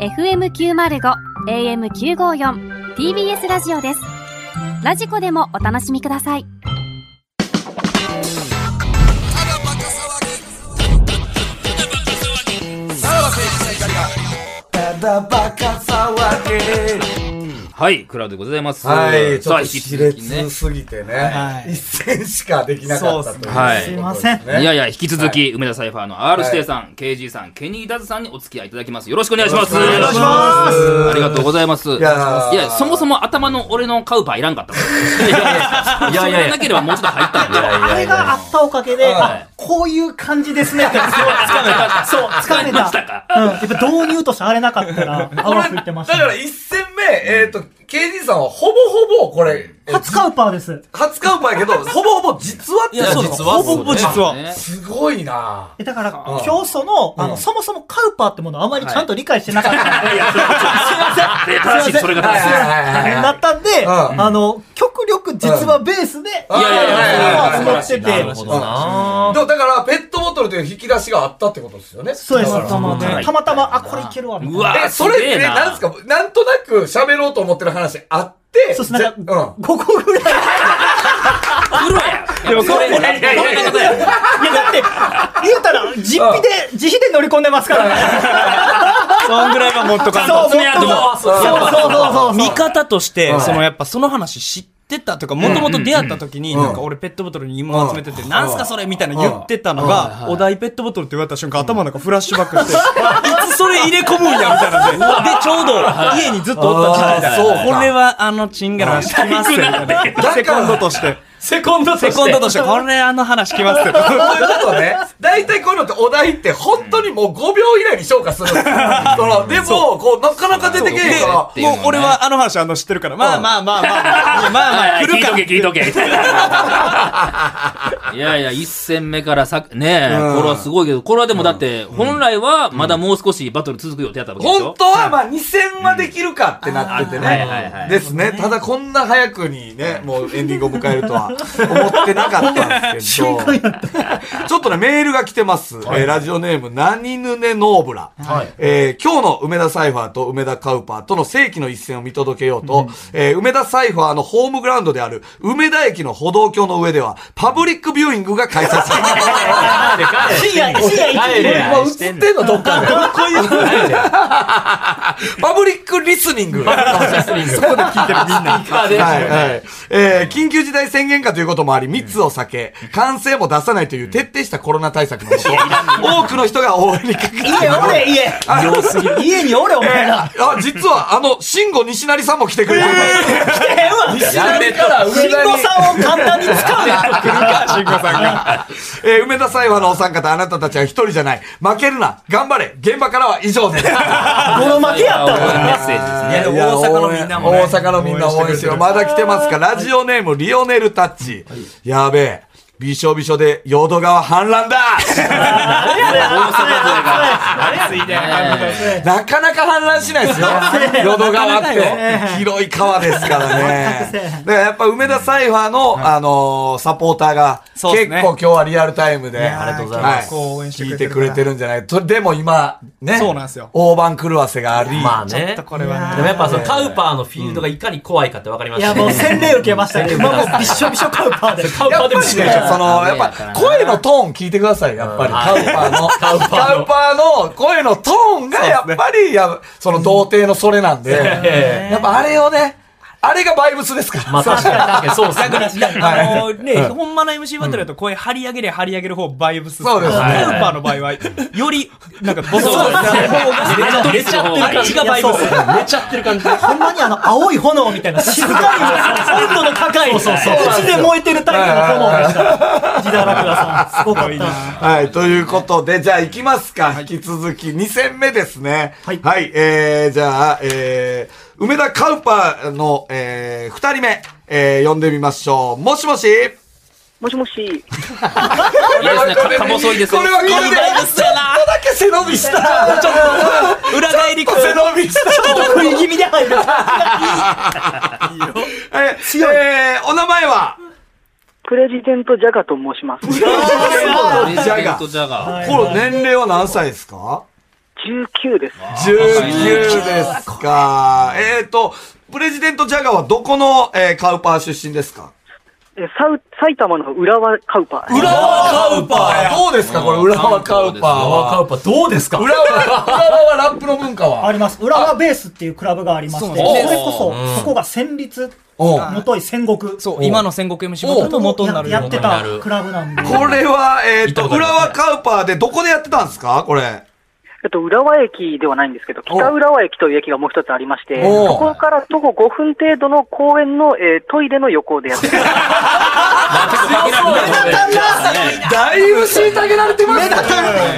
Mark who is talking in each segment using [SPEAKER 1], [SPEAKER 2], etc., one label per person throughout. [SPEAKER 1] FM905 AM954 TBS ラジオですラジコでもお楽しみください
[SPEAKER 2] ただバカ騒げ
[SPEAKER 3] はい、クラウドでございます。
[SPEAKER 2] はい、ちょ
[SPEAKER 3] さ
[SPEAKER 2] っ
[SPEAKER 3] あ、
[SPEAKER 2] と
[SPEAKER 3] 引き
[SPEAKER 2] 熾
[SPEAKER 3] 続きね
[SPEAKER 2] 烈。すぎてね、
[SPEAKER 4] はい
[SPEAKER 2] 一戦しかできなかったということですね、
[SPEAKER 3] はい
[SPEAKER 4] すいません
[SPEAKER 3] いやい
[SPEAKER 2] や、
[SPEAKER 3] や、引き続き、梅田サイファーの R 指定さん、KG さん、ケニーダズさんにお付き合いいただきます。よろしくお願いします。
[SPEAKER 2] よろしくお願いします
[SPEAKER 3] ありがとうございます。い
[SPEAKER 2] やー
[SPEAKER 3] やそもそも頭の俺のカウパーいらんかったもんいやいや、それなければもうちょっと入ったんで。
[SPEAKER 4] あれがあったおかげで、あこういう感じですねって、すごいつかめた。そう、つ かめ。
[SPEAKER 3] ましたたか
[SPEAKER 4] うん、やっぱ導入としてあれなかったら、泡吹いてま
[SPEAKER 2] だ
[SPEAKER 4] した、
[SPEAKER 2] から
[SPEAKER 4] ね。
[SPEAKER 2] 一戦目、えっ、と、KD さんはほぼほぼこれ、
[SPEAKER 4] 初カウパーです。
[SPEAKER 2] 初カウパーや けど、ほぼほぼ実はって
[SPEAKER 5] いやそう
[SPEAKER 2] 実は
[SPEAKER 5] ほぼほぼ実は
[SPEAKER 3] ね
[SPEAKER 2] すごいな
[SPEAKER 4] えだから
[SPEAKER 2] うん、
[SPEAKER 4] 今日その、あ
[SPEAKER 2] う
[SPEAKER 4] の、
[SPEAKER 2] ん
[SPEAKER 4] そもそもカウパーってものをあまりちゃんと理解してなかったんで、
[SPEAKER 3] で正しい、それが正しい。
[SPEAKER 2] はいはいはいはい
[SPEAKER 4] なったんで、
[SPEAKER 2] うん
[SPEAKER 4] あの、極力実はベースで、
[SPEAKER 2] うんいやいやいやいや
[SPEAKER 4] 集まって
[SPEAKER 3] 素晴らしい
[SPEAKER 4] て
[SPEAKER 3] なる、ほ
[SPEAKER 2] どでもだから、ペットボトルという引き出しがあったってことですよね。
[SPEAKER 4] そうです。
[SPEAKER 2] だから
[SPEAKER 4] たま
[SPEAKER 3] ね
[SPEAKER 4] たま、あ、これいけるわ、みたいうな。
[SPEAKER 3] わ
[SPEAKER 2] え、それって、なんですか、なんとなく喋ろうと思ってる話あって、
[SPEAKER 4] そうです、なんか、
[SPEAKER 2] じゃ
[SPEAKER 4] 5個ぐらい。
[SPEAKER 3] プロやでもそれ、いやいやいやいや
[SPEAKER 4] いや、だって、言うたら、実費で、自費で乗り込んでますからね。
[SPEAKER 5] そんぐらいは持っとかんと。
[SPEAKER 3] そうやと思う
[SPEAKER 4] そうそうそうそうそう。
[SPEAKER 5] 味方として
[SPEAKER 2] うん、
[SPEAKER 5] そのやっぱその話知ってたというか、もともと出会った時に、
[SPEAKER 2] ん
[SPEAKER 5] なんか俺ペットボトルに芋集めてて、なんすかそれみたいな言ってたの
[SPEAKER 3] うん
[SPEAKER 5] が、お題ペットボトルって言われた瞬間頭の中フラッシュバックして、いつそれ入れ込むんやみたいなんで、で、ちょうど家にずっとおった時期
[SPEAKER 2] あー
[SPEAKER 5] だ
[SPEAKER 2] そうか
[SPEAKER 5] これはあのチンゲラは聞きますよみたいな。セコンドとして。セコンドとして。セコンドとして、これあの話聞きますよ。
[SPEAKER 2] そういうことね。大体こういうのってお題って本当にもう5秒以内に消化するん ですよ。その、でも、こう、なかなか出てけえへんか
[SPEAKER 3] っていうの
[SPEAKER 5] も
[SPEAKER 3] ね
[SPEAKER 5] う俺はあの話あの知ってるから、まあまあまあまあ、まあまあ来
[SPEAKER 3] 聞
[SPEAKER 5] る
[SPEAKER 3] いと
[SPEAKER 5] か
[SPEAKER 3] け、聞いとけ。いやいや、一戦目からさ、ねえ、これはすごいけど、これはでもだって、本来はまだもう少しバトル続く予定だったわ
[SPEAKER 2] ら、
[SPEAKER 3] けでしょ
[SPEAKER 2] 本当はまあ2戦はできるかってなってて
[SPEAKER 3] うんはいはいはい。
[SPEAKER 2] ねですね。ただこんな早くにね、もうエンディングを迎えるとは思ってなかったんですけど。ちょっとね、メールが来てます。えーラジオネーム、なにぬねノーブラ。えー今日の梅田サイファーと梅田カウパーとの世紀の一戦を見届けようと、えー梅田サイファーのホームグラウンドである梅田駅の歩道橋の上では、パブリックビューイングが開催さ れています。
[SPEAKER 4] 深夜、深夜1時。
[SPEAKER 2] もう映 ってんのどっかで。こういうパブリックリスニング。はいはい。えー緊急事態宣言下ということもあり、密を避け、歓声も出さないという徹底したコロナ対策のもと、多くの人が応援にかけてい
[SPEAKER 4] 家おれ、家。家におれ、お前ら。
[SPEAKER 2] あ、実は、あの、慎吾西成さんも来てくれてる。
[SPEAKER 4] 来てへんわ。
[SPEAKER 2] やめたら
[SPEAKER 4] 慎吾さんを簡単に使うな。
[SPEAKER 5] 慎吾さんが。
[SPEAKER 2] えー梅田サイファーのお三方、あなたたちは一人じゃない。負けるな。頑張れ。現場からは以上です。
[SPEAKER 4] ボロ負けやったわ。
[SPEAKER 3] メッセージですね。
[SPEAKER 2] いや大阪のみんなも、大阪のみんな応援してよ。まだ来てますかラジオネーム、リオネルタッチ。やべえ。びしょびしょで、淀川氾濫だなかなか氾濫しないですよ。淀川って。広い川ですからね。だからやっぱ梅田サイファーの、あのー、サポーターが、結
[SPEAKER 5] そうですね
[SPEAKER 2] 構今日はリアルタイムで、
[SPEAKER 5] やーありがとうございます
[SPEAKER 2] は
[SPEAKER 5] 応援して
[SPEAKER 2] 聞
[SPEAKER 5] く
[SPEAKER 2] い
[SPEAKER 5] れ
[SPEAKER 2] て
[SPEAKER 5] てる
[SPEAKER 2] くれてるんじゃないと、でも今、ね。
[SPEAKER 5] そうなんですよ
[SPEAKER 2] 大盤狂わせがあり。
[SPEAKER 6] まあね。
[SPEAKER 5] これは
[SPEAKER 6] でもやっぱそのカウパーのフィールドがいかに怖いかって分かりま
[SPEAKER 4] い
[SPEAKER 6] した
[SPEAKER 4] や、
[SPEAKER 6] ね。
[SPEAKER 4] もう洗礼受けましたけど、もうびっしょびしょカウパーで。
[SPEAKER 6] カウパ
[SPEAKER 2] や
[SPEAKER 6] ー
[SPEAKER 2] っ
[SPEAKER 6] で
[SPEAKER 2] ぱ
[SPEAKER 6] も
[SPEAKER 2] り
[SPEAKER 6] 違う
[SPEAKER 2] ね、その、やっぱ、声のトーン聞いてください、やっぱり。カウパーの。カウパーの声のトーンが、やっぱり、やその童貞のそれなんで、
[SPEAKER 6] え
[SPEAKER 2] やっぱあれをね、あれがバイブスですから。
[SPEAKER 6] まあ確かに確かにそうですね。
[SPEAKER 5] あのね、ほんまの MC バトルだと声張り上げれ張り上げる方バイブス。
[SPEAKER 2] そうですね
[SPEAKER 5] カウパーの場合は、より、なんかボソボソ。
[SPEAKER 6] 寝ちゃってる感じがバイブス。寝ちゃってる感じ。
[SPEAKER 4] ほんまにあの、青い炎みたいな、静かに温度の高い、うちで燃えてるタイプの炎でした。自堕落ださん、すごかった。
[SPEAKER 2] はい、ということで、じゃあ行きますか。引き続き、2戦目ですね。はい。えー、じゃあ、えー、梅田カウパーの、えー、2人目、えー、呼んでみましょう。もしもし
[SPEAKER 7] もしもし。
[SPEAKER 3] いいですね、かもそいです
[SPEAKER 2] こ
[SPEAKER 3] よ
[SPEAKER 2] れ。はこれで、ちょっとだけ背伸びした。ちょっ
[SPEAKER 5] 裏返り
[SPEAKER 2] と背伸びした。
[SPEAKER 4] 食い気味で入る。
[SPEAKER 2] ええーお名前は
[SPEAKER 7] プレジデントジャガと申します。
[SPEAKER 2] ジ
[SPEAKER 3] レジデントジャガー。
[SPEAKER 2] これ年齢は何歳ですか
[SPEAKER 7] 19です。
[SPEAKER 2] 19ですか。えっ、と、プレジデントジャガーはどこの、えーカウパー出身ですか
[SPEAKER 7] えサウ埼玉の浦和カウパー。
[SPEAKER 2] 浦和カウパーどうですかこれ、浦和カウパーは。
[SPEAKER 6] カウパどうですか
[SPEAKER 2] 浦和、浦和はラップの文化は
[SPEAKER 4] あります。浦和ベースっていうクラブがありまして、そ
[SPEAKER 3] なんで
[SPEAKER 4] れ
[SPEAKER 3] す
[SPEAKER 4] こそ、そこが戦律、
[SPEAKER 2] おう
[SPEAKER 4] 元い戦国。
[SPEAKER 5] そう、今の戦国 MC 元と元になるよ
[SPEAKER 4] や
[SPEAKER 5] う
[SPEAKER 4] や
[SPEAKER 5] な
[SPEAKER 4] ってたクラブなんで。
[SPEAKER 2] これは、えっ、
[SPEAKER 6] 行った
[SPEAKER 2] と、
[SPEAKER 6] ことあり
[SPEAKER 2] 浦
[SPEAKER 6] ます
[SPEAKER 2] 和カウパーでどこでやってたんですかこれ。
[SPEAKER 7] えっと、浦和駅ではないんですけど、北浦和駅という駅がもう一つありまして、
[SPEAKER 2] おう
[SPEAKER 7] そこから徒歩5分程度の公園の、えートイレの横で やってます。
[SPEAKER 2] だいぶ虐げられてますね。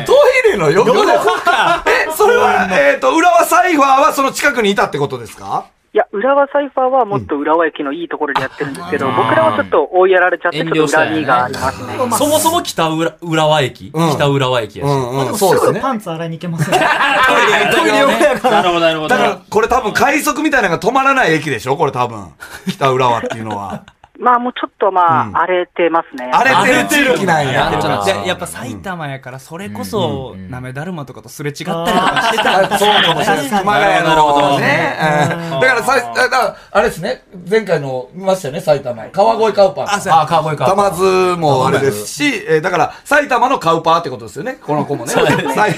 [SPEAKER 2] トイレの横で。え、それは、えっ、と、浦和サイファーはその近くにいたってことですか
[SPEAKER 7] いや、浦和サイファーはもっと浦和駅のいいところでやってるんですけど、僕らはちょっと追いやられちゃって、ちょっと裏にがありますね。
[SPEAKER 6] そもそも北浦浦和駅
[SPEAKER 2] うん
[SPEAKER 6] 北浦和駅やし。
[SPEAKER 2] ん
[SPEAKER 4] すぐ。パンツ洗いに行けません。
[SPEAKER 2] トイレ横やから。
[SPEAKER 3] なるほど、なるほど。
[SPEAKER 2] だから、これ多分快速みたいなのが止まらない駅でしょこれ多分。北浦和っていうのは。
[SPEAKER 7] まあ、もうちょっとまあ、
[SPEAKER 2] うん
[SPEAKER 7] 荒れてますね。
[SPEAKER 2] 荒れてる地域なんや。
[SPEAKER 3] 荒れてる
[SPEAKER 5] でやっぱ埼玉やから、それこそ、なめだるまとかとすれ違ったりとかしてた。
[SPEAKER 2] あそうかもしれない。熊谷のね。うんだからさ、あだからあれですね、前回の見ましたよね、埼玉。川越カウパー。
[SPEAKER 6] あ、川越
[SPEAKER 2] 玉
[SPEAKER 6] か。
[SPEAKER 2] 津もあれですし、えーだから埼玉のカウパーってことですよね、この子もね。さい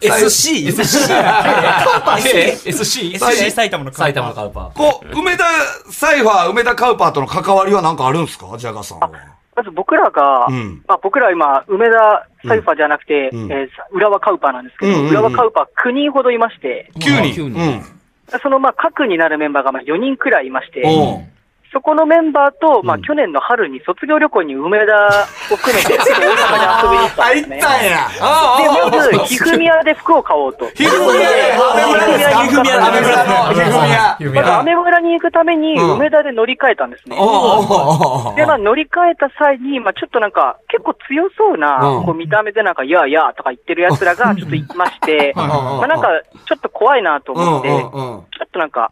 [SPEAKER 5] SC? SC?
[SPEAKER 6] え SC?
[SPEAKER 5] SC 埼玉のカウパー
[SPEAKER 6] 埼玉のカウパー。
[SPEAKER 2] こう、梅田サイファー、梅田カウパーとの関わりはなんかあるんですかジャガさんは。
[SPEAKER 7] まず僕らが、
[SPEAKER 2] うん
[SPEAKER 7] まあ、僕ら今、梅田サイファーじゃなくて、
[SPEAKER 2] ん
[SPEAKER 7] えー浦和カウパーなんですけど、
[SPEAKER 2] うんうんうん
[SPEAKER 7] 浦和カウパー9人ほどいまして、
[SPEAKER 2] 9人。
[SPEAKER 3] 九人
[SPEAKER 2] うん。
[SPEAKER 7] そのまあ核になるメンバーがまあ4人くらいいまして、
[SPEAKER 2] おう
[SPEAKER 7] そこのメンバーと、まあ、去年の春に卒業旅行に梅田を 含めて、大阪で遊びに行ったん
[SPEAKER 2] 入
[SPEAKER 7] で
[SPEAKER 2] っ
[SPEAKER 7] す
[SPEAKER 2] たん
[SPEAKER 7] ね。
[SPEAKER 2] や。ああああ
[SPEAKER 7] で、まず、ひふみやで服を買おうと。
[SPEAKER 2] ひふみやで、アメ
[SPEAKER 7] ひふみや
[SPEAKER 2] 村ですかアメ
[SPEAKER 7] ひふみや
[SPEAKER 2] 村の、ひふみ
[SPEAKER 7] まず、
[SPEAKER 2] や。
[SPEAKER 7] アメ村に行くために、
[SPEAKER 2] うん
[SPEAKER 7] 梅田で乗り換えたんですね。
[SPEAKER 2] おうおうおう
[SPEAKER 7] で、まあ、乗り換えた際に、まあ、ちょっとなんか、結構強そうな、
[SPEAKER 2] うん
[SPEAKER 7] こう、見た目でなんか、いやいやとか言ってる奴らが、ちょっといまして、
[SPEAKER 2] はいはいはい
[SPEAKER 7] まあ、なんか、ちょっと怖いなと思って、
[SPEAKER 2] う
[SPEAKER 7] ち
[SPEAKER 2] ん
[SPEAKER 7] ょ
[SPEAKER 2] うんうん
[SPEAKER 7] っとなんか、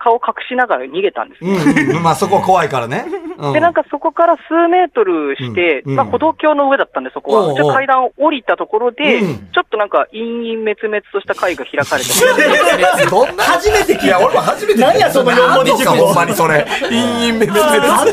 [SPEAKER 7] 顔隠しながら逃げたんですね。
[SPEAKER 2] うんうん。まあそこは怖いからね。う
[SPEAKER 7] で、なんかそこから数メートルして、
[SPEAKER 2] うん
[SPEAKER 7] まあ歩道橋の上だったんで、そこ
[SPEAKER 2] おうお
[SPEAKER 7] は。
[SPEAKER 2] う
[SPEAKER 7] ちょっと階段を降りたところで、
[SPEAKER 2] うん
[SPEAKER 7] ちょっとなんか、陰々滅々とした会が開かれ て、
[SPEAKER 2] どんな初めて聞いや、俺も初めて聞いた。
[SPEAKER 4] 何やその四文字熟語
[SPEAKER 2] ほんまにそれ。陰陰別々っ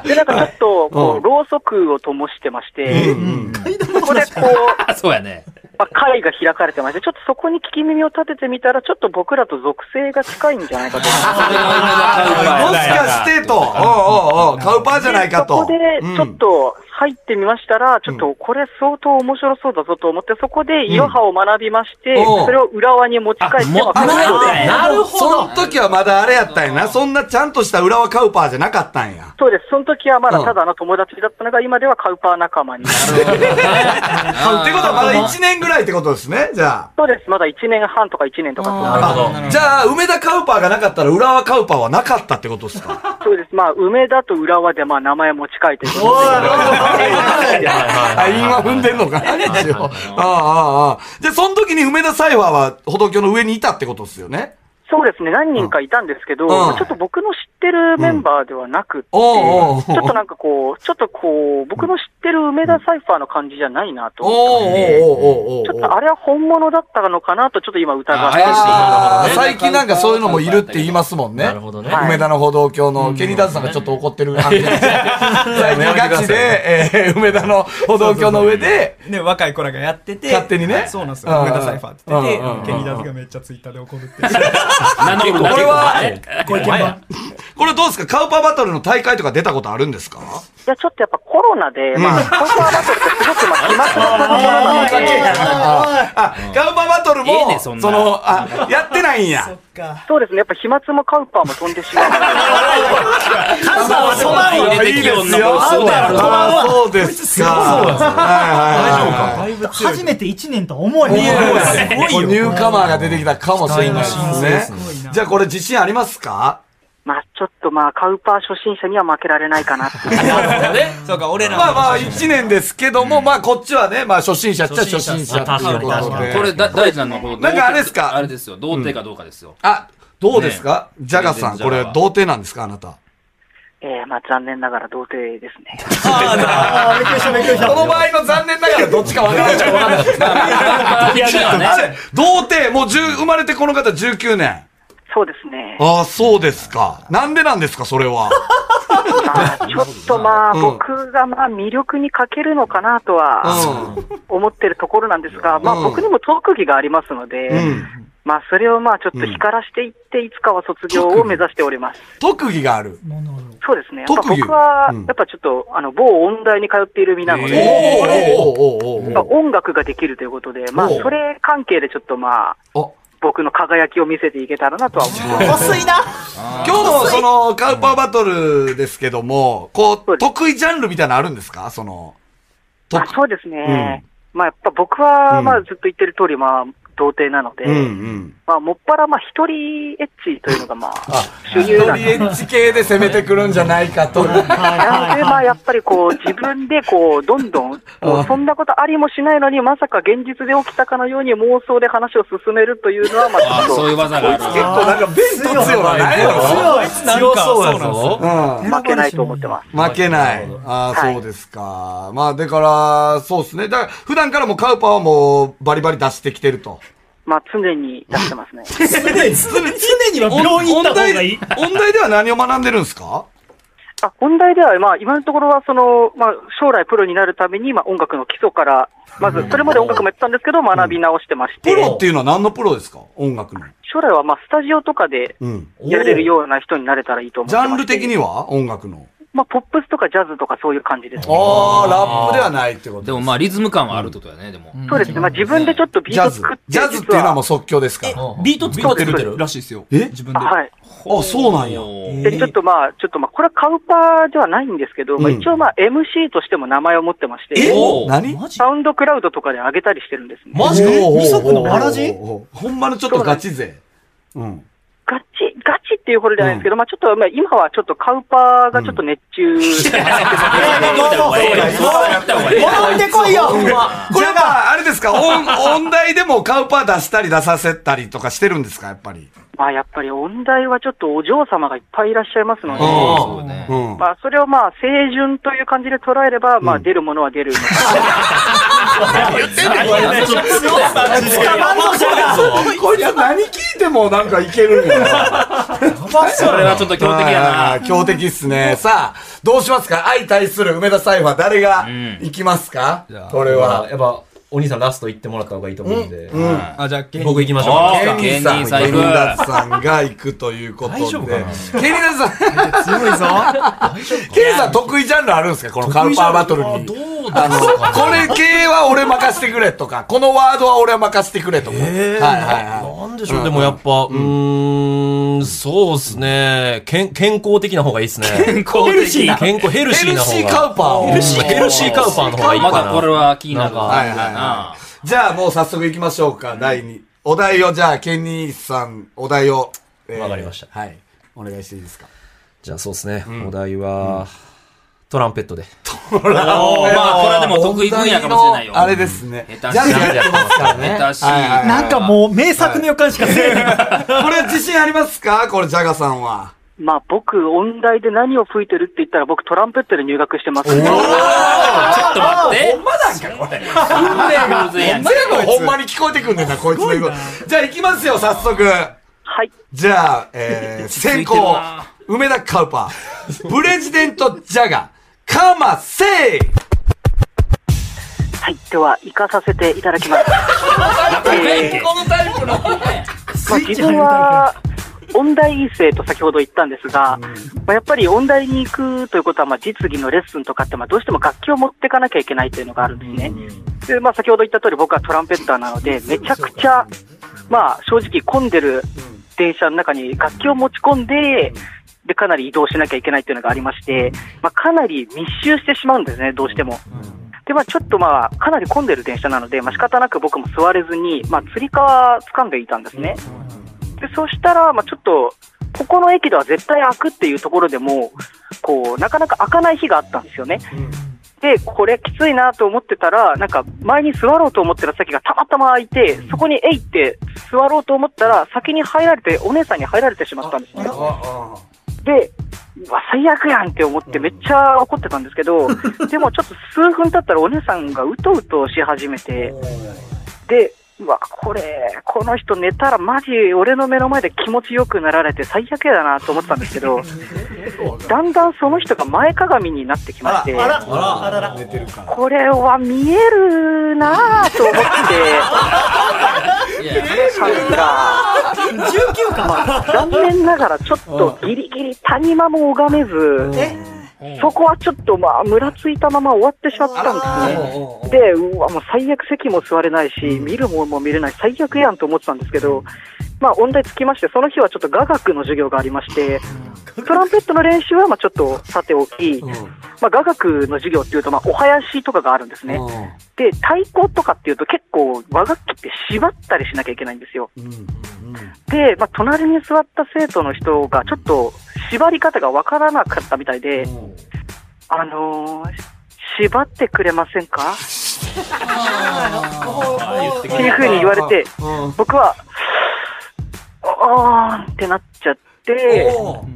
[SPEAKER 2] て。
[SPEAKER 7] で、なんかちょっと、こ
[SPEAKER 2] うん
[SPEAKER 7] う、ろうそくを灯してまして、
[SPEAKER 2] うんうん
[SPEAKER 7] そこで こう、
[SPEAKER 3] そうやね。
[SPEAKER 7] まあ、会が開かれてまして、ちょっとそこに聞き耳を立ててみたら、ちょっと僕らと属性が近いんじゃ ないかと。
[SPEAKER 2] もしかしてと、おうおうおう、カウパーじゃないかと。
[SPEAKER 7] そこで、ちょっと入ってみましたら、ちょっとこれ相当面白そうだぞと思って、そこでイロハを学びまして、
[SPEAKER 2] おう
[SPEAKER 7] それを浦和に持ち帰って、まあ
[SPEAKER 2] なるほど。その時はまだあれやったんやな。そんなちゃんとした浦和カウパーじゃなかったんや。
[SPEAKER 7] そうです。その時はまだただの友達だったのが、今ではカウパー仲間になる。
[SPEAKER 2] ってことはまだ1年ぐらいってことですね、じゃ
[SPEAKER 7] そうです。まだ1年半とか1年とかそう
[SPEAKER 2] あ。
[SPEAKER 7] なる。
[SPEAKER 2] あじゃあ、梅田カウパーがなかったら浦和カウパーはなかったってことですか
[SPEAKER 7] そうです。まあ、梅田と浦和で、まあ、名前持ち替えてる。
[SPEAKER 2] あ、今踏んでんのかな一応ああ、ああ、ああ。じゃあ、その時に梅田サイファーは歩道橋の上にいたってことですよね。
[SPEAKER 7] そうですね。何人かいたんですけど、
[SPEAKER 2] ん
[SPEAKER 7] まあちょっと僕の知ってるメンバーではなくって、
[SPEAKER 2] おうおう
[SPEAKER 7] ちょっとなんかこう、ちょっとこう、僕の知ってる梅田サイファーの感じじゃないなと
[SPEAKER 2] お
[SPEAKER 7] 思って。
[SPEAKER 2] おおおお
[SPEAKER 7] ちょっとあれは本物だったのかなと、ちょっと今疑って。
[SPEAKER 3] 怪しい
[SPEAKER 2] あー最近なんかそういうのもいるって言いますもんね。
[SPEAKER 6] なるほどね。
[SPEAKER 2] 梅田の歩道橋の、ケニーダンスさんがちょっと怒ってる感じ で。最近ガチで、えー梅田の歩道橋の上で、
[SPEAKER 5] ね、若い子らがやってて。
[SPEAKER 2] 勝手にね
[SPEAKER 5] そうなんです
[SPEAKER 2] うん
[SPEAKER 5] よ。梅田サイファーって言ってて
[SPEAKER 2] うんうんうん、
[SPEAKER 5] ケニーダーズがめっちゃツイッターで怒るっていう。
[SPEAKER 3] なんで
[SPEAKER 2] これは、
[SPEAKER 6] 小池
[SPEAKER 2] これどうですかカウパーバトルの大会とか出たことあるんですか
[SPEAKER 7] いや、ちょっとやっぱコロナで、まあ、コンサーバトルってすごく、まあ、期末型のものなんで、
[SPEAKER 2] あ、カウパーバトル
[SPEAKER 3] ええ
[SPEAKER 2] も、
[SPEAKER 3] ね
[SPEAKER 2] そ
[SPEAKER 3] そんな
[SPEAKER 2] の、あ、やってないんや。
[SPEAKER 7] そうですね。やっぱ飛沫もカウパーも飛んでしまう。
[SPEAKER 3] そばに入れてきよんなもんそうやろ。
[SPEAKER 2] あーそうですか。はいはいはい。
[SPEAKER 4] 初めて1年とは思えへん。
[SPEAKER 2] こうニューカマーが出てきたかもしれないですね。
[SPEAKER 4] いな
[SPEAKER 2] じゃあこれ自信ありますか
[SPEAKER 7] まあ、ちょっとまあ、カウパー初心者には負けられないかなって いう。
[SPEAKER 5] そうか、俺ら
[SPEAKER 2] まあ
[SPEAKER 5] は。
[SPEAKER 2] まあ、1年ですけども、まあこっちはね、まあ初心者っちゃ初心者っていうことで。
[SPEAKER 3] これ、だ大事なのはこの
[SPEAKER 2] なんかあれですか
[SPEAKER 3] あれですよ。童貞かどうかですよ。
[SPEAKER 2] あ、どうですかジャガさん、
[SPEAKER 3] ね
[SPEAKER 2] これ童貞なんですかあなた。
[SPEAKER 7] えー、まあ残念ながら童貞ですね。
[SPEAKER 2] ああ、びっくりした、びっくりした。この場合の残念ながらどっちか分からないちゃ分からない。あれ童貞、もう10生まれてこの方19年。
[SPEAKER 7] そうですね。
[SPEAKER 2] ああ、そうですか。なんでなんですか、それは。
[SPEAKER 7] まあ、ちょっとまあ、
[SPEAKER 2] うん
[SPEAKER 7] 僕がまあ魅力に欠けるのかなとは思ってるところなんですが、まあ
[SPEAKER 2] うん
[SPEAKER 7] 僕にも特技がありますので、
[SPEAKER 2] うん。
[SPEAKER 7] まあそれをまあちょっと光らしていって、いつかは卒業を目指しております。
[SPEAKER 2] 特技がある。
[SPEAKER 7] そうですね。やっぱ
[SPEAKER 2] 特技
[SPEAKER 7] 僕は
[SPEAKER 2] うん、
[SPEAKER 7] やっぱちょっと、あの、某音大に通っている身なの
[SPEAKER 2] おー
[SPEAKER 7] で、
[SPEAKER 2] おーおーおー
[SPEAKER 7] やっ
[SPEAKER 2] お
[SPEAKER 7] ぱ音楽ができるということで、まあ
[SPEAKER 2] おう
[SPEAKER 7] それ関係でちょっとまあ、
[SPEAKER 2] お
[SPEAKER 7] 僕の輝きを見せていけたらなとは思います。
[SPEAKER 4] 細いな。
[SPEAKER 2] 今日のそのカウパーバトルですけども、こ
[SPEAKER 7] そう
[SPEAKER 2] う、
[SPEAKER 7] です
[SPEAKER 2] 得意ジャンルみたいなのあるんですかその、と
[SPEAKER 7] あそうですね。まあやっぱ僕は、まあずっと言ってる通り、まあ、童貞なので、
[SPEAKER 2] うんうん。
[SPEAKER 7] まあ、もっぱら、まあ、一人エッチというのが、まあ、主
[SPEAKER 2] 一
[SPEAKER 7] 流
[SPEAKER 2] 人
[SPEAKER 7] なんで。
[SPEAKER 2] エッチ系で攻めてくるんじゃないかと。
[SPEAKER 7] なので、まあ、やっぱりこう、自分でこう、どんどん、もうそんなことありもしないのに、まさか現実で起きたかのように妄想で話を進めるというのは、ま
[SPEAKER 3] あ
[SPEAKER 7] あ、
[SPEAKER 3] あ、
[SPEAKER 7] ちょっ
[SPEAKER 3] そういう技がある。
[SPEAKER 2] 結構なんか弁突よな、ないやろ
[SPEAKER 4] 強い。強そうやぞ。
[SPEAKER 3] ぞ。
[SPEAKER 2] うん。
[SPEAKER 7] と負けないと思ってます。
[SPEAKER 2] 負けない。ああ、
[SPEAKER 7] はい
[SPEAKER 2] そうですか。まあ、だから、そうですね。だから、普段からもうカウパーはもう、バリバリ出してきてると。
[SPEAKER 7] まあ、常に出してますね。
[SPEAKER 4] 常には病院行った方がいい。
[SPEAKER 2] 音大では何を学んでるんですか
[SPEAKER 7] あ、本題では、まあ、今のところは、その、まあ、将来プロになるために、まあ、音楽の基礎から、まず、それまで音楽もやってたんですけど、学び直してまして、
[SPEAKER 2] プロっていうのは何のプロですか音楽の。
[SPEAKER 7] 将来は、まあ、スタジオとかで
[SPEAKER 2] うん。
[SPEAKER 7] やれるような人になれたらいいと思っ
[SPEAKER 2] ジ
[SPEAKER 7] てま
[SPEAKER 2] ャ
[SPEAKER 7] して
[SPEAKER 2] ンル的には音楽の。
[SPEAKER 7] まあ、ポップスとかジャズとかそういう感じですね。
[SPEAKER 2] ああ、ラップではないってこと
[SPEAKER 3] でもまあ、リズム感はあるってことだね、でも。
[SPEAKER 7] そうですね。まあ自分でちょっとビ
[SPEAKER 2] ジ
[SPEAKER 7] ー
[SPEAKER 2] ャ
[SPEAKER 7] ト
[SPEAKER 2] ズ
[SPEAKER 7] 作って。、
[SPEAKER 2] ジャズっていうのはもう
[SPEAKER 7] う。
[SPEAKER 2] 即興ですから。
[SPEAKER 6] ビート作ってるってる
[SPEAKER 5] らしいですよ。
[SPEAKER 2] え
[SPEAKER 5] 自分
[SPEAKER 7] あ
[SPEAKER 5] で。
[SPEAKER 7] はい。
[SPEAKER 2] あ、そうなんや。
[SPEAKER 3] お
[SPEAKER 7] で、ちょっとまあ、ちょっとまあ、これはカウパーではないんですけど、まあ一応まあ MC としても名前を持ってまして、
[SPEAKER 3] おー
[SPEAKER 2] 何
[SPEAKER 5] マジ
[SPEAKER 7] サウンドクラウドとかで上げたりしてるんですね。
[SPEAKER 2] マジか二
[SPEAKER 4] 足のわらじ
[SPEAKER 2] ほんまのちょっとガチ勢。うん。
[SPEAKER 7] ガチ、ガチっていうほどじゃないんですけど、まあちょっとまあ今はちょっとカウパーがちょっと熱中し てますけど、
[SPEAKER 4] 戻ってこいよ。
[SPEAKER 2] これは、あれですか、音、音大でもカウパー出したり出させたりとかしてるんですか、やっぱり。
[SPEAKER 7] まあやっぱり音大はちょっとお嬢様がいっぱいいらっしゃいますので、
[SPEAKER 2] うん
[SPEAKER 3] そうね。
[SPEAKER 2] うん。
[SPEAKER 7] まあそれをまあ清純という感じで捉えれば、まあ出るものは出るのか
[SPEAKER 2] こいつ何聞いてもなんかいけるんや。
[SPEAKER 3] それはちょっと強敵やな。
[SPEAKER 2] あー強敵っすね。さあ、どうしますか相対する梅田サイファー、誰が行きますかこれは。
[SPEAKER 6] やっぱ、お兄さんラスト行ってもらった方がいいと思うんで。
[SPEAKER 2] うん。
[SPEAKER 5] あ、じゃあ、ケン
[SPEAKER 6] 僕行きましょう
[SPEAKER 3] あ
[SPEAKER 6] か。
[SPEAKER 3] ー
[SPEAKER 2] ケ
[SPEAKER 3] 芸
[SPEAKER 2] ンさん、
[SPEAKER 3] 人
[SPEAKER 2] ケ
[SPEAKER 3] 財
[SPEAKER 2] ン
[SPEAKER 3] 布。
[SPEAKER 2] ダッさんが行くということで。
[SPEAKER 5] 大丈夫かな
[SPEAKER 2] ケンダッさん、
[SPEAKER 5] 強いぞ。
[SPEAKER 2] ケンさん得意ジャンルあるんですかこのカウパーバトルに。
[SPEAKER 5] どう
[SPEAKER 2] あの、これ系は俺任せてくれとか、このワードは俺は任せてくれとか。
[SPEAKER 6] えー
[SPEAKER 2] はいはいはい。
[SPEAKER 6] なんでしょう、でもやっぱ、うーん、そうっすね。健健康的な方がいいっすね。健康、ヘルシ
[SPEAKER 2] ヘ
[SPEAKER 6] ー
[SPEAKER 2] ル
[SPEAKER 6] な方が。
[SPEAKER 2] シーカウパーを。
[SPEAKER 6] ヘルシーヘルシーカウパーの方がいいか
[SPEAKER 3] ま
[SPEAKER 6] な。
[SPEAKER 3] たこれは気になるわ。
[SPEAKER 2] はいはいはい。じゃあもう早速行きましょうか、第2。お題を、じゃあ、ケニーさん、お題を。えー
[SPEAKER 6] わかりました
[SPEAKER 2] はい。お願いしていいですか。
[SPEAKER 6] じゃあそうっすね。お題は、トランペットで。
[SPEAKER 2] ほら、ま
[SPEAKER 3] おーまあこれはでも得意分野かもしれないよ
[SPEAKER 2] あれですね。
[SPEAKER 3] 下手
[SPEAKER 2] ジャ
[SPEAKER 3] し
[SPEAKER 2] ズやってますからね。
[SPEAKER 3] 下手し
[SPEAKER 2] はいはいはい
[SPEAKER 4] なんかもう名作の予感しかせえへん。
[SPEAKER 2] これ自信ありますかこれ、ジャガさんは。
[SPEAKER 7] まあ僕、音大で何を吹いてるって言ったら、僕トランペットで入学してます。
[SPEAKER 3] ちょっと待って。ほんまなんか、これ。運命やん。
[SPEAKER 2] 全部ほんまに聞こえてくんねんな、こいつの言うことじゃあ行きますよ、早速。
[SPEAKER 7] はい。
[SPEAKER 2] じゃあ、えー、先
[SPEAKER 3] ついてる
[SPEAKER 2] 行
[SPEAKER 3] な、
[SPEAKER 2] 梅田カウパー、プレジデントジャガ、カマセイ
[SPEAKER 7] はい。では、行かさせていただきます。え
[SPEAKER 3] このタイプの。
[SPEAKER 7] ーまあ、自分は、音大院生と先ほど言ったんですが、まあ、やっぱり音大に行くということは、まあ、実技のレッスンとかって、まあ、どうしても楽器を持っていかなきゃいけないというのがあるんですね。で、まあ、先ほど言った通り、僕はトランペッターなので、めちゃくちゃ、まあ、正直混んでる電車の中に楽器を持ち込んで、で、かなり移動しなきゃいけないというのがありまして、まあ、かなり密集してしまうんですね、どうしても。で、まあ、ちょっとまあ、かなり混んでる電車なので、まあ、仕方なく僕も座れずに、まあ、つり革掴んでいたんですね。で、そしたら、まあ、ちょっと、ここの駅では絶対開くっていうところでも、こう、なかなか開かない日があったんですよね。で、これきついなと思ってたら、なんか前に座ろうと思ってた席がたまたま空いて、そこにえいって座ろうと思ったら、先に入られて、お姉さんに入られてしまったんですね。で、うわ、最悪やんって思ってめっちゃ怒ってたんです けど、でもちょっと数分経ったらお姉さんがうとうとし始めて、で、うわ、これ、この人寝たらマジ俺の目の前で気持ちよくなられて最悪やなと思ってたんです けど、だんだんその人が前かがみになってきまして、
[SPEAKER 4] あら、あらら。
[SPEAKER 2] 寝てるから。
[SPEAKER 7] これは見えるなぁと思って、
[SPEAKER 3] いや、
[SPEAKER 7] さんが、
[SPEAKER 4] 19か。
[SPEAKER 7] 残念ながらちょっとギリギリ谷間も拝めず、
[SPEAKER 4] え
[SPEAKER 7] そこはちょっとまあ、むらついたまま終わってしまったんですね。で、うわ、もう最悪席も座れないし、見るもんも見れない、最悪やんと思ってたんですけど、まあ、音大つきまして、その日はちょっと雅楽の授業がありまして、トランペットの練習はまあちょっとさておき、まあ、雅楽の授業っていうと、まあ、お囃子とかがあるんですね。で、太鼓とかっていうと結構和楽器って縛ったりしなきゃいけないんですよ。で、まあ、隣に座った生徒の人がちょっと縛り方がわからなかったみたいで、あのー、縛ってくれませんかっていうふうに言われて、僕は、あーんってなっちゃって、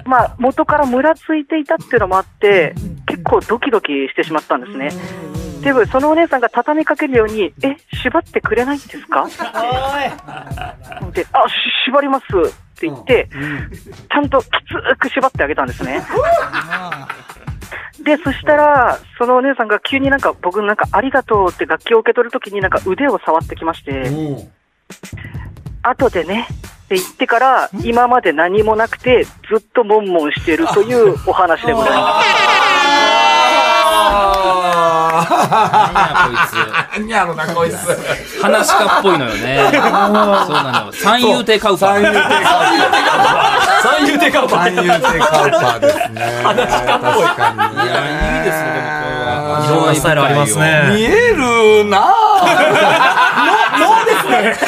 [SPEAKER 7] まあ、元からムラついていたっていうのもあって、結構ドキドキしてしまったんですね。でも、そのお姉さんが畳みかけるように、え、縛ってくれないんですかで、あ、し縛りますって言って、ちゃんときつく縛ってあげたんですね。で、そしたら、そのお姉さんが急になんか僕のなんかありがとうって楽器を受け取るときになんか腕を触ってきまして、後でねって言ってから、今まで何もなくてずっと悶々しているというお話でございます。
[SPEAKER 3] なんやこ
[SPEAKER 2] ああ。何やろな、こいつ。
[SPEAKER 3] いつ。話家っぽいのよね。そうなのよ。三遊亭カウパ
[SPEAKER 2] 三遊亭
[SPEAKER 3] ー。
[SPEAKER 8] 三遊亭カ
[SPEAKER 2] 三遊亭カ
[SPEAKER 8] ウパ
[SPEAKER 2] ウパーですね。確かにね。
[SPEAKER 3] いや、いいですね、でも
[SPEAKER 8] ー。い
[SPEAKER 3] これは。
[SPEAKER 8] ろんなスタイルありますね。
[SPEAKER 2] 見えるなぁ。
[SPEAKER 4] どうでした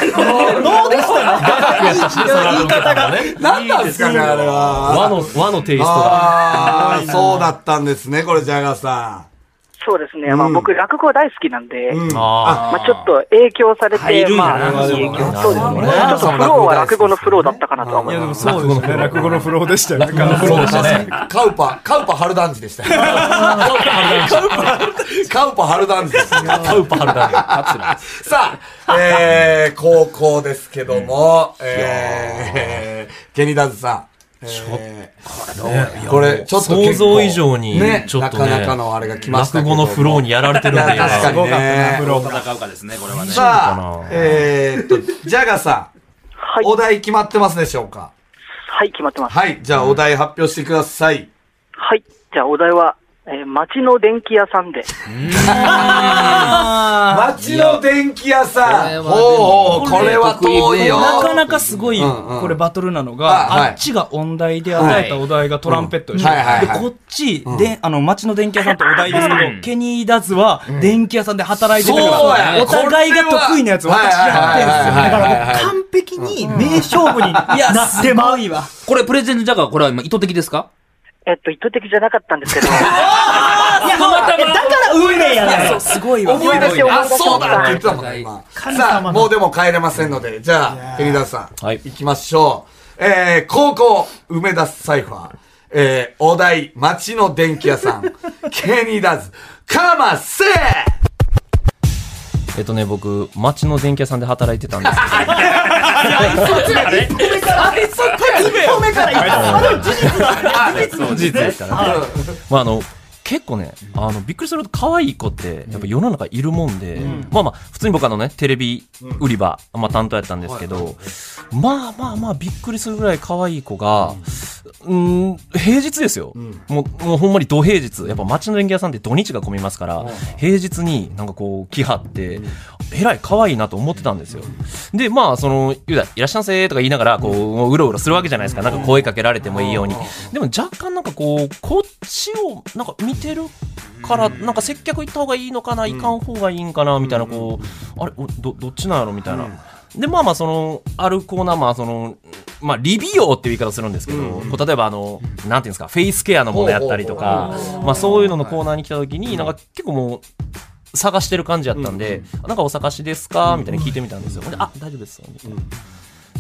[SPEAKER 8] 言い方がね。
[SPEAKER 2] 何なんですかね、あれは。
[SPEAKER 8] 和の、和のテイストが。
[SPEAKER 2] ああ、そうだったんですね、これ、ジャガーさ
[SPEAKER 7] そうですね。まあ
[SPEAKER 2] うん
[SPEAKER 7] 僕、落語大好きなんで、
[SPEAKER 2] ん。うん。
[SPEAKER 8] あ
[SPEAKER 7] まあちょっと影響され
[SPEAKER 3] 入
[SPEAKER 7] て、
[SPEAKER 3] るんじゃ
[SPEAKER 7] ま
[SPEAKER 3] ない
[SPEAKER 7] あ、いい影響。そうですね。
[SPEAKER 2] な
[SPEAKER 7] ちょ
[SPEAKER 2] るほど
[SPEAKER 7] っとフローは落語のフローだったかなとは思い
[SPEAKER 5] いや、
[SPEAKER 7] ま。
[SPEAKER 5] ですもそうですね。落語のフローでしたよね。落語のフ
[SPEAKER 2] そうですね。カウパ、カウパ春団地でした。カウパ春団地。カウパ春団地ですね。
[SPEAKER 8] あ。カウパ春だ
[SPEAKER 2] さあ、えー、高校ですけども、えー、ケニダズさん。えーこれ、ちょっと
[SPEAKER 8] 想
[SPEAKER 2] 結構
[SPEAKER 8] 像以上に
[SPEAKER 2] ね、、
[SPEAKER 8] ちょっとね、
[SPEAKER 2] なかなかのあれが来ました
[SPEAKER 8] 落
[SPEAKER 2] け
[SPEAKER 8] 語
[SPEAKER 2] ども
[SPEAKER 8] のフローにやられてるんで。
[SPEAKER 2] いや確かにね
[SPEAKER 5] フ。ロー。
[SPEAKER 3] 戦うかですね、これはね。
[SPEAKER 2] さあ、えーっと、ジャガさん、
[SPEAKER 7] はい。
[SPEAKER 2] お題決まってますでしょうか
[SPEAKER 7] はい、決まってます。
[SPEAKER 2] はい、じゃあお題発表してください。
[SPEAKER 7] はい。じゃあ、お題は、えー町の電気屋さんで。
[SPEAKER 2] 街の電気屋
[SPEAKER 3] い
[SPEAKER 2] さ
[SPEAKER 3] や
[SPEAKER 2] ん。ほうほう、これは遠いよ。
[SPEAKER 5] なかなかすごい、
[SPEAKER 2] うんうん
[SPEAKER 5] これバトルなの
[SPEAKER 2] あは
[SPEAKER 5] が、
[SPEAKER 2] い
[SPEAKER 5] あっちが音大で与えたお題がトランペットでしょ。
[SPEAKER 2] はいはい
[SPEAKER 5] で、
[SPEAKER 2] はい
[SPEAKER 5] こっち、で、あの、町の電気屋さんとお題ですけど、ケニーダズは電気屋さんで働いてるか
[SPEAKER 2] そう
[SPEAKER 5] ら、
[SPEAKER 2] や
[SPEAKER 5] お互いが得意なやつ私やってるんですよ。
[SPEAKER 2] はい
[SPEAKER 5] だ
[SPEAKER 2] は
[SPEAKER 5] か
[SPEAKER 2] いはいはい
[SPEAKER 5] らもう完璧に名勝負になってまうわ。
[SPEAKER 3] これ、プレゼントジャガー、これは今意図的ですか
[SPEAKER 7] えっと、意図的じゃなかったんですけど、
[SPEAKER 4] いや、だから運命やね
[SPEAKER 5] すごいわ。
[SPEAKER 2] 思い出して、あ、そうだって言ってたもん
[SPEAKER 3] は
[SPEAKER 2] ね、
[SPEAKER 3] い
[SPEAKER 2] 今。
[SPEAKER 4] 神様の
[SPEAKER 2] さあ、もうでも帰れませんので、じゃあ、テニダさん、
[SPEAKER 8] はい
[SPEAKER 2] 行きましょう。えー、高校、梅田サイファー、えー、お題、町の電気屋さん、ケニダズ、かませ
[SPEAKER 8] えっとね、僕、町の電気屋さんで働いてたんですけど。事実ですからね。まあ、あの、結構ね、あの、びっくりすると可愛い子って、やっぱ世の中いるもんで、まあまあ、普通に僕あのね、テレビ売り場、まあ担当やったんですけど、まあまあまあ、びっくりするぐらい可愛い子が、うん、平日ですよ、もう、もうほんまに土平日。やっぱ町の電気屋さんって土日が混みますから、平日になんかこう、来はって、えらい可愛いなと思ってたんですよ。で、まあ、その、言うたらいらっしゃいませとか言いながら、こう、うろうろするわけじゃないですか。なんか声かけられてもいいように。でも若干なんかこう、こっちをなんか見てるから、なんか接客行った方がいいのかな、行かん方がいいんかな、みたいな、こう、あれ、おど、どっちなんやろみたいな。で、まあまあ、その、あるコーナー、まあ、その、まあ、リビオっていう言い方するんですけど、こう例えば、あの、なんていうんですか、フェイスケアのものやったりとか、まあ、そういうののコーナーに来た時に、なんか結構もう、探してる感じやったんで、なんかお探しですかみたいな聞いてみたんですよ。ほんで、あ、大丈夫ですよ。みたいな。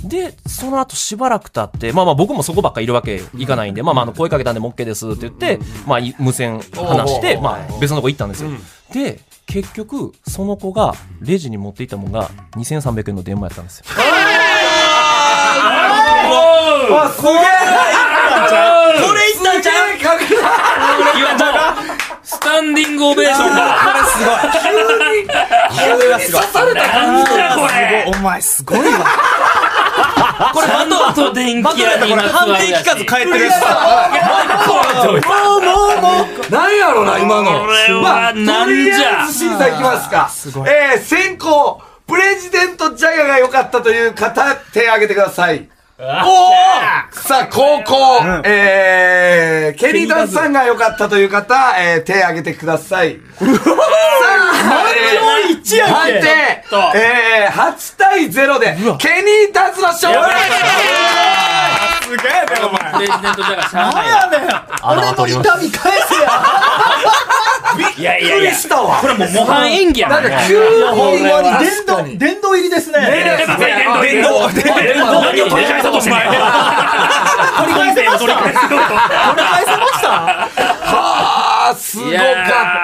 [SPEAKER 6] で、その後しばらく経って、まあまあ僕もそこばっかいるわけいかないんで、まあまああの声かけたんでも OK ですって言って、まあい無線話して、まあ別の子行ったんですよ。で、結局、その子がレジに持っていったもんが2300円の電話やったんですよ。
[SPEAKER 2] あ、すげえ
[SPEAKER 3] これいったんちゃう
[SPEAKER 2] かけ
[SPEAKER 3] いやもうスタンディングオベーションだ。これすごい。
[SPEAKER 5] お前すごいわ。
[SPEAKER 3] これバトルと電気屋に
[SPEAKER 5] 判定聞かず帰ってるやつ
[SPEAKER 2] たなんやろな、今の。
[SPEAKER 3] これはな
[SPEAKER 2] と
[SPEAKER 3] んじ
[SPEAKER 2] り
[SPEAKER 3] ゃ
[SPEAKER 2] あえず審査いきますか。えー、先行、プレジデントジャガが良かったという方、手挙げてください。おーさあ、高校、えー、ケリーダンスさんが良かったという方、えー、手挙げてください。さあ、えー
[SPEAKER 4] 一夜
[SPEAKER 2] 判定、えー、8対0で、ケニーダンスの勝利
[SPEAKER 5] すげえね、お前。
[SPEAKER 3] プレジデントじゃがしゃあない
[SPEAKER 4] やねん俺の痛み返せや
[SPEAKER 3] いやい
[SPEAKER 2] びっくりしたわ。これも
[SPEAKER 3] もう模範演技やも
[SPEAKER 2] なん
[SPEAKER 3] んね
[SPEAKER 2] か急に、
[SPEAKER 4] 電動電動入りですね
[SPEAKER 3] 電動電動何を取り返そうとしてんねん
[SPEAKER 4] 取り返せました取り返せました
[SPEAKER 2] あー、すごかっ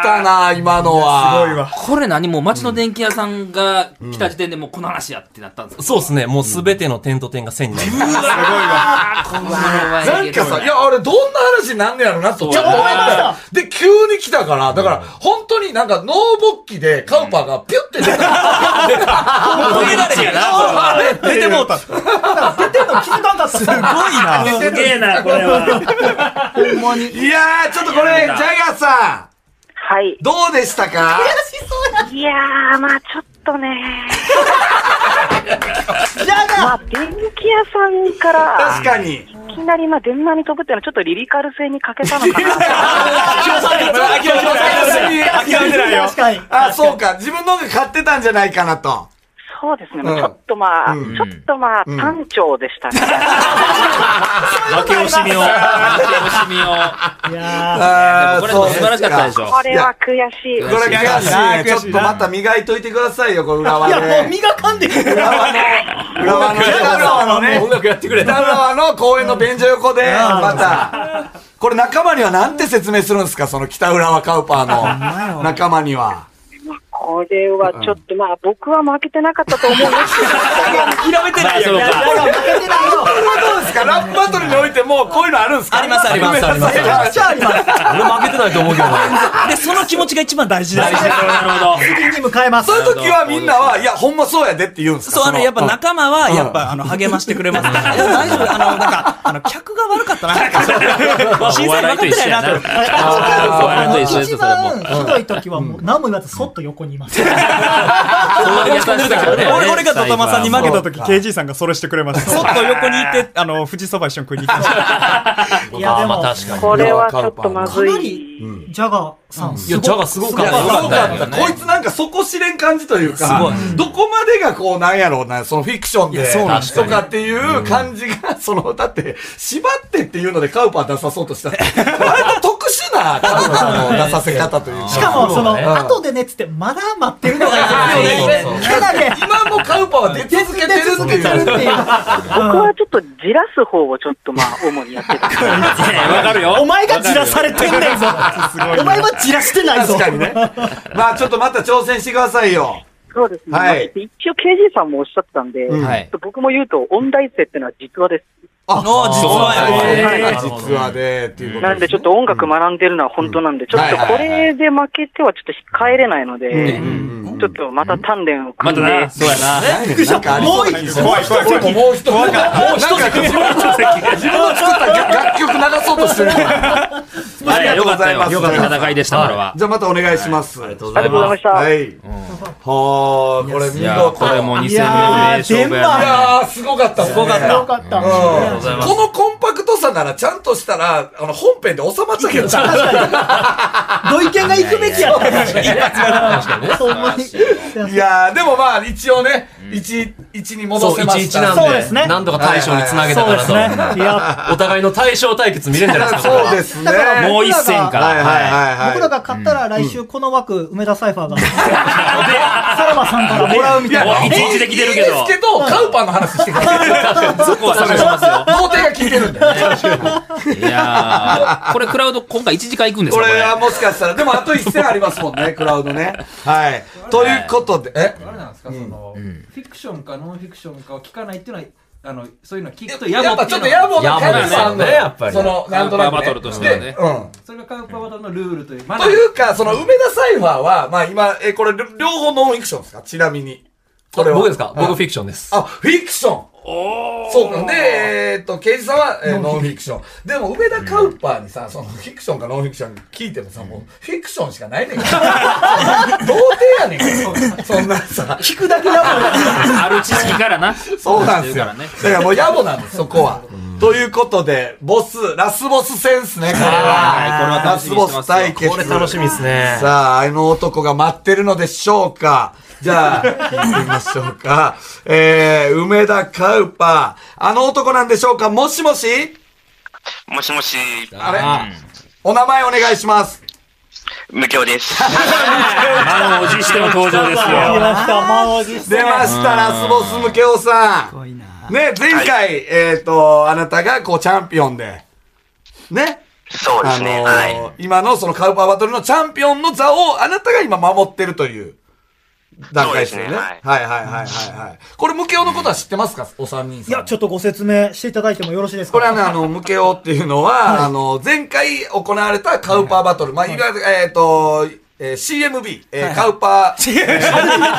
[SPEAKER 2] たな、今のは。
[SPEAKER 5] すごいわ。
[SPEAKER 3] これ何もう街の電気屋さんが来た時点でもうこの話やってなったんですか
[SPEAKER 6] そうですね。もうすべての点と点が線になります。
[SPEAKER 2] なんかさ、いや、俺どんな話になんねやろなとちょっと
[SPEAKER 4] 思いました
[SPEAKER 2] で、急に来たから、だから、本当になんか、ノーボッキでカウパーがピュッて出た。出た
[SPEAKER 3] 逃げられやな
[SPEAKER 5] 出てもうた。す
[SPEAKER 4] 出てんの気づかんかったすごい
[SPEAKER 5] ごいな。
[SPEAKER 9] すげえな、これは。
[SPEAKER 2] いやー、ちょっとこれ、ジャガーさ
[SPEAKER 7] はい
[SPEAKER 2] ん、。どうでしたか
[SPEAKER 7] いやー、まあちょっとね。まあ、電気屋さんから、
[SPEAKER 2] 確かに。
[SPEAKER 7] いきなりまあ電話に飛ぶっていうのはちょっとリリカル性に欠けたのかな。
[SPEAKER 5] 諦めてないよ。
[SPEAKER 4] 確かに
[SPEAKER 2] あ、そうか。自分のが買ってたんじゃないかなと。
[SPEAKER 7] そうですね。
[SPEAKER 2] うん
[SPEAKER 7] ちょっとまあ、ちょっとまあ、単調でしたね。
[SPEAKER 9] 負け惜しみを。
[SPEAKER 3] 惜しみを
[SPEAKER 4] い
[SPEAKER 2] あ
[SPEAKER 4] や
[SPEAKER 3] これでも素晴らしかったでしょ
[SPEAKER 7] これは悔しい。
[SPEAKER 2] これ悔しいね。ちょっとまた磨いといてくださいよ、これ裏
[SPEAKER 4] ー
[SPEAKER 2] はい
[SPEAKER 4] やもう
[SPEAKER 2] ね。
[SPEAKER 4] 磨かんでくる
[SPEAKER 2] 裏はね、裏はね、
[SPEAKER 3] 音楽やってくれ
[SPEAKER 2] 北川の公園の便所横で、また、これ仲間にはなんて説明するんですかその北浦和カウパーの仲間には。
[SPEAKER 7] これはちょっとまあ、僕は負けてなかったと思うんです
[SPEAKER 5] 諦めてないよ。
[SPEAKER 2] これはどうですかラップバトルにおいてもうこういうのあるんですか
[SPEAKER 6] ありますありますあります
[SPEAKER 2] ごめんなさい
[SPEAKER 6] 俺負けてないと思うけどな。
[SPEAKER 5] で、その気持ちが一番大事
[SPEAKER 3] な
[SPEAKER 5] だ。
[SPEAKER 3] るほど
[SPEAKER 4] 次に向かえます
[SPEAKER 2] そういう時はみんなは、いや、ほんまそうやでって言うんですか
[SPEAKER 5] そう、あの、やっぱ
[SPEAKER 2] な、
[SPEAKER 5] 仲間は、やっぱ、あの、励ましてくれますから。いや大丈夫、あの、なんか、あの、客が悪かった な。審
[SPEAKER 3] お
[SPEAKER 5] 査員
[SPEAKER 3] 笑いと
[SPEAKER 5] 分かって
[SPEAKER 3] 一緒
[SPEAKER 5] ない
[SPEAKER 3] や
[SPEAKER 5] な
[SPEAKER 3] な
[SPEAKER 5] と。
[SPEAKER 3] お笑いと一緒です
[SPEAKER 4] 一
[SPEAKER 3] よそれも
[SPEAKER 4] 番ひどい時はもう何も言わずそっと横にいます
[SPEAKER 3] そういう優しさがね
[SPEAKER 5] 俺、俺がドタマさんに負けた時、KG さんがそれしてくれました。そっと横にいて、あの、富士そば一緒に食いに行きました。
[SPEAKER 4] いやでもか
[SPEAKER 7] けど、これはちょっとまず。
[SPEAKER 4] ないりジャガーさん
[SPEAKER 6] いや、ジャガすごか
[SPEAKER 2] い
[SPEAKER 6] っ
[SPEAKER 2] や
[SPEAKER 6] た。
[SPEAKER 2] すごかっ
[SPEAKER 6] よ
[SPEAKER 2] た。こいつなんか底知れん感じというか、どこまでがこうなんやろうな、そのフィクションで、
[SPEAKER 5] そうなん
[SPEAKER 2] とかっていう感じが、その、だって、縛ってっていうのでカウパー出さそうとした。割と特殊なカウパーの出させ方という
[SPEAKER 4] しかもその後でねっつってまだ待ってるの がいいですよね
[SPEAKER 6] そうそう
[SPEAKER 4] ただね
[SPEAKER 2] 今もカウパーは出続けてるって
[SPEAKER 4] 出続けてるっ
[SPEAKER 2] いう。
[SPEAKER 4] ていう
[SPEAKER 7] 僕はちょっとじらす方をちょっとまあ、主にやってた。
[SPEAKER 3] いやわかるよ
[SPEAKER 4] お前がじらされてんねんぞお前はじらしてないぞ
[SPEAKER 2] 確かにね。まあちょっとまた挑戦してくださいよ。
[SPEAKER 7] そうですね。
[SPEAKER 2] はい
[SPEAKER 7] まあ一応 KG さんもおっしゃってたんで、
[SPEAKER 2] うん
[SPEAKER 3] はい
[SPEAKER 7] 僕も言うと、音大生ってのは実話です。
[SPEAKER 2] あ、実
[SPEAKER 3] は
[SPEAKER 2] はね。
[SPEAKER 6] そうなんや
[SPEAKER 2] 実はね、っていうこと
[SPEAKER 7] なんでちょっと音楽学んでるのは本当なんで、ちょっとこれで負けてはちょっと帰れないので、ちょっとまた鍛錬を
[SPEAKER 3] ま
[SPEAKER 7] 組ん
[SPEAKER 3] た
[SPEAKER 7] で、
[SPEAKER 3] なそうやな
[SPEAKER 2] なんかありそうな気がする
[SPEAKER 5] 怖い怖い
[SPEAKER 2] これももう一つ。もう一つ。自分の作った楽曲流そうとしてる。
[SPEAKER 3] あれよかった
[SPEAKER 2] あ
[SPEAKER 3] よ
[SPEAKER 2] りがとう
[SPEAKER 3] よ
[SPEAKER 2] ご
[SPEAKER 3] か
[SPEAKER 2] ざいます
[SPEAKER 3] った戦いでしたこれは
[SPEAKER 2] じゃあまたお願いします。ありがとうご
[SPEAKER 7] ありがとうございました。
[SPEAKER 2] はい。はあ、これ見
[SPEAKER 3] いやこれ
[SPEAKER 2] 事。
[SPEAKER 3] も2000
[SPEAKER 4] い
[SPEAKER 3] 年
[SPEAKER 4] や
[SPEAKER 3] 名
[SPEAKER 4] ー
[SPEAKER 3] 勝負
[SPEAKER 4] 全
[SPEAKER 3] や
[SPEAKER 4] 部
[SPEAKER 3] な
[SPEAKER 2] ああ、すごかった。すごかっ
[SPEAKER 4] よかった
[SPEAKER 2] このコンパクトささなら、ちゃんとしたら、あの、本編で収まっちゃうけど。
[SPEAKER 4] ドイケンが行くべきやった。一発ほんまに。
[SPEAKER 2] いやー、でもまあ、一応ね、一、一に戻
[SPEAKER 10] そう、
[SPEAKER 2] せまし
[SPEAKER 10] 1-1
[SPEAKER 2] た。
[SPEAKER 4] そうです
[SPEAKER 10] な
[SPEAKER 4] ね
[SPEAKER 10] んで、なんとか大将につなげた
[SPEAKER 4] そう
[SPEAKER 10] か
[SPEAKER 4] で
[SPEAKER 10] ら
[SPEAKER 4] す
[SPEAKER 10] と。
[SPEAKER 4] ね。いや、
[SPEAKER 10] お互いの対象対決見れるんじゃないですか、これ
[SPEAKER 2] そう
[SPEAKER 10] は
[SPEAKER 2] ですね。
[SPEAKER 4] だから
[SPEAKER 3] もう一戦から。
[SPEAKER 2] はいはい
[SPEAKER 3] は
[SPEAKER 2] はいはい。
[SPEAKER 4] 僕らが勝ったら来週この枠、梅田サイファーが、さらばさんからもらうみたい
[SPEAKER 3] いや
[SPEAKER 4] な。
[SPEAKER 3] 一日で来てるけ
[SPEAKER 2] いい
[SPEAKER 3] ど
[SPEAKER 2] ですけど、カウパンの話してください。
[SPEAKER 3] い。そこは探し ますよ。
[SPEAKER 2] 童貞が聞いてるんで。
[SPEAKER 3] いやー、これクラウド今回1時間行くんです
[SPEAKER 2] こ
[SPEAKER 3] かこ
[SPEAKER 2] れ
[SPEAKER 3] れ。
[SPEAKER 2] はもしかしたら、でもあと一戦ありますもん ね、クラウドね。はい。ということで、え
[SPEAKER 11] あれなんですか、その、フィクションかノンフィクションかを聞かないっていうのは、あの、そういうのは聞くと野
[SPEAKER 2] や
[SPEAKER 11] 暮
[SPEAKER 2] っぱ
[SPEAKER 11] て
[SPEAKER 2] ち
[SPEAKER 11] い
[SPEAKER 2] ょ
[SPEAKER 11] う
[SPEAKER 2] っ
[SPEAKER 11] の
[SPEAKER 2] と
[SPEAKER 11] は
[SPEAKER 2] 野暮な
[SPEAKER 10] 野暮で
[SPEAKER 2] 感じ
[SPEAKER 10] す
[SPEAKER 2] さ
[SPEAKER 10] よ
[SPEAKER 2] ん
[SPEAKER 10] ね
[SPEAKER 2] の、
[SPEAKER 10] やっぱり
[SPEAKER 2] その、なんと
[SPEAKER 3] カウパー
[SPEAKER 2] なく、ね。
[SPEAKER 3] バトルとしてはね
[SPEAKER 2] でうん。
[SPEAKER 11] それがカウパーバトルのルールという、マナ
[SPEAKER 2] と
[SPEAKER 11] ー
[SPEAKER 2] いうか、その、梅田サイファーは、まあ今、え、これ、両方ノンフィクションですかちなみに。これは。
[SPEAKER 10] 僕ですか僕フ
[SPEAKER 2] ィクショ
[SPEAKER 10] ィクショ
[SPEAKER 2] ン。
[SPEAKER 10] ンです。
[SPEAKER 2] あ、フィクションそうか。で、えーっと、刑事さんは、えーノンフィクション。でも、梅田カウパーにさ、その、フィクションかノンフィクション聞いてもさ、もう、フィクションしかないね んから。童貞やねんから。そんなさ。
[SPEAKER 4] 聞くだけだも
[SPEAKER 3] ある知識からな。
[SPEAKER 2] そうなんですよ。
[SPEAKER 3] から
[SPEAKER 2] だ
[SPEAKER 3] ね
[SPEAKER 2] からもう野暮なんです、そこは。ということで、ボス、ラスボス戦っすね、これ
[SPEAKER 3] はいこれは
[SPEAKER 2] は。ラ
[SPEAKER 3] 楽しみ
[SPEAKER 2] ス
[SPEAKER 3] に
[SPEAKER 2] ボ
[SPEAKER 3] してま
[SPEAKER 2] ス
[SPEAKER 3] すよ
[SPEAKER 2] 対決。
[SPEAKER 10] これ楽しみですね。
[SPEAKER 2] さあ、あの男が待ってるのでしょうかじゃあ、聞いてみましょうか。 えー、梅田カウパー、あの男なんでしょうかもしもし
[SPEAKER 8] もしもし、
[SPEAKER 2] あれお名前お願いします。
[SPEAKER 8] 無教です。
[SPEAKER 3] 満を持しての登場ですよ。
[SPEAKER 4] ん。来ました、マジ
[SPEAKER 2] 出ました、ラスボスムケオさん。ね、前回、えっ、と、あなたがこうチャンピオンで、ね、
[SPEAKER 8] そうで
[SPEAKER 2] あ
[SPEAKER 8] す
[SPEAKER 2] のー
[SPEAKER 8] ね。はい。
[SPEAKER 2] 今のそのカウパーバトルのチャンピオンの座をあなたが今守ってるという段階ですよね。
[SPEAKER 8] そうです
[SPEAKER 2] はい
[SPEAKER 8] ね
[SPEAKER 2] はいはいはいはい。これ、ムケオのことは知ってますか、お三人さん。
[SPEAKER 4] いや、ちょっとご説明していただいてもよろしいですか
[SPEAKER 2] これはね、あの、ムケオっていうのは、あの、前回行われたカウパーバトル、まあ、いわゆる、えっ、と、えー CMB、えーカウパ ー、 アルティメッ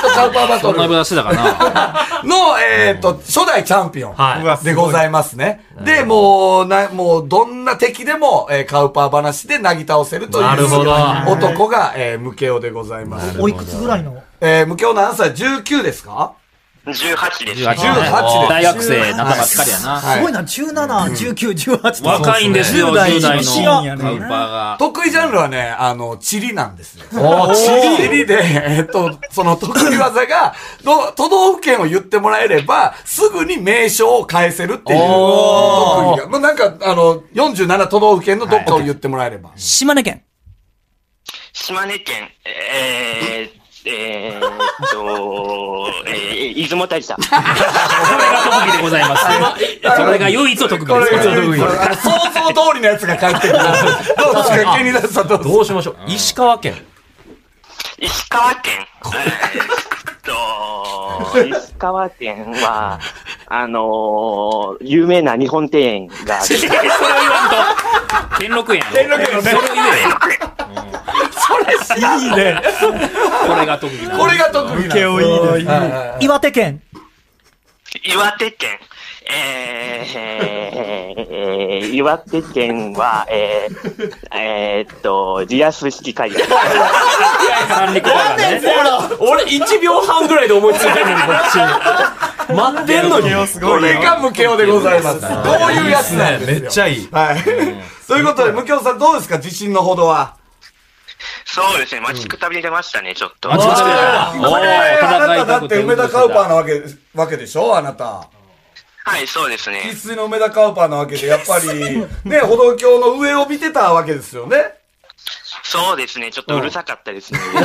[SPEAKER 2] トカウパーバト
[SPEAKER 3] そんな
[SPEAKER 2] ル
[SPEAKER 3] 呼び出してたかな。
[SPEAKER 2] の、えっ、と、初代チャンピオン。
[SPEAKER 10] は
[SPEAKER 5] うわ
[SPEAKER 10] い。
[SPEAKER 2] でござ
[SPEAKER 5] い
[SPEAKER 2] いますね。で、もう、な、もう、どんな敵でも、えーカウパー話でなぎ倒せるという
[SPEAKER 10] なるほど
[SPEAKER 2] 男が、えー、ムケオでございます。
[SPEAKER 4] おいくつぐらいの
[SPEAKER 2] えー、ムケオ何歳 ?19 ですか
[SPEAKER 8] 18です。
[SPEAKER 3] 18
[SPEAKER 2] 18です
[SPEAKER 3] 大学生、仲間しっかりやな。
[SPEAKER 4] すごいな、17、19、18と。
[SPEAKER 3] 若いんですよ、
[SPEAKER 4] 10代
[SPEAKER 3] 10代
[SPEAKER 4] 西
[SPEAKER 3] の
[SPEAKER 4] 野
[SPEAKER 3] カウパーが。
[SPEAKER 2] 得意ジャンルはね、あの、チリなんですよ。
[SPEAKER 10] おーち
[SPEAKER 2] チリで、えっと、その得意技が、ど都道府県を言ってもらえれば、すぐに名称を返せるっていう
[SPEAKER 10] おー
[SPEAKER 2] 特技が。もうなんか、あの、47都道府県のどっかを言ってもらえれば。
[SPEAKER 9] 島根県。
[SPEAKER 8] 島根県、えー、えーっと、えー、出雲大社。
[SPEAKER 3] これが特技でございます。それが唯一の特技です。
[SPEAKER 2] これこれ想像通りのやつが返ってくる。どうですか気になったらどうです
[SPEAKER 10] どうしましょう。石川県。
[SPEAKER 8] 石川県、えーっと、石川県は、あのー、有名な日本庭園がある。
[SPEAKER 3] それを言わんと。兼六園やろ。
[SPEAKER 2] 兼六園のね
[SPEAKER 3] それを言えよ
[SPEAKER 5] いいね。
[SPEAKER 3] これが特技な
[SPEAKER 2] か
[SPEAKER 3] の
[SPEAKER 2] これが特技なん
[SPEAKER 5] ム
[SPEAKER 2] です
[SPEAKER 5] ケオいいね。
[SPEAKER 4] 岩手県。
[SPEAKER 8] 岩手県、えーえーえー岩手県は、えー、えーっと、リアス式海岸。
[SPEAKER 3] 三陸だからね。
[SPEAKER 10] 俺1秒半ぐらいで思いついたのに、こっち。待ってんのに。
[SPEAKER 5] す
[SPEAKER 2] こ
[SPEAKER 5] ごいよ。
[SPEAKER 2] れがムケオでございます。こういうやつなんですよ。
[SPEAKER 10] めっちゃいい。
[SPEAKER 2] はい。ということで、ムケオさんどうですか自信のほどは。
[SPEAKER 8] そうですね、待ちくたびれましたね、ちょっと。
[SPEAKER 3] あちょっと
[SPEAKER 2] これ、
[SPEAKER 3] おー
[SPEAKER 2] あなただって梅田カウパー
[SPEAKER 3] の。
[SPEAKER 2] なわけ、わけでしょあなた。
[SPEAKER 8] はい、そうです
[SPEAKER 2] 生
[SPEAKER 8] ね。
[SPEAKER 2] 粋の梅田カウパーなわけで、やっ ぱり、ね、歩道橋の上を見てたわけですよね。
[SPEAKER 8] そうですね、ちょっとうるさかったですね。
[SPEAKER 3] うるさか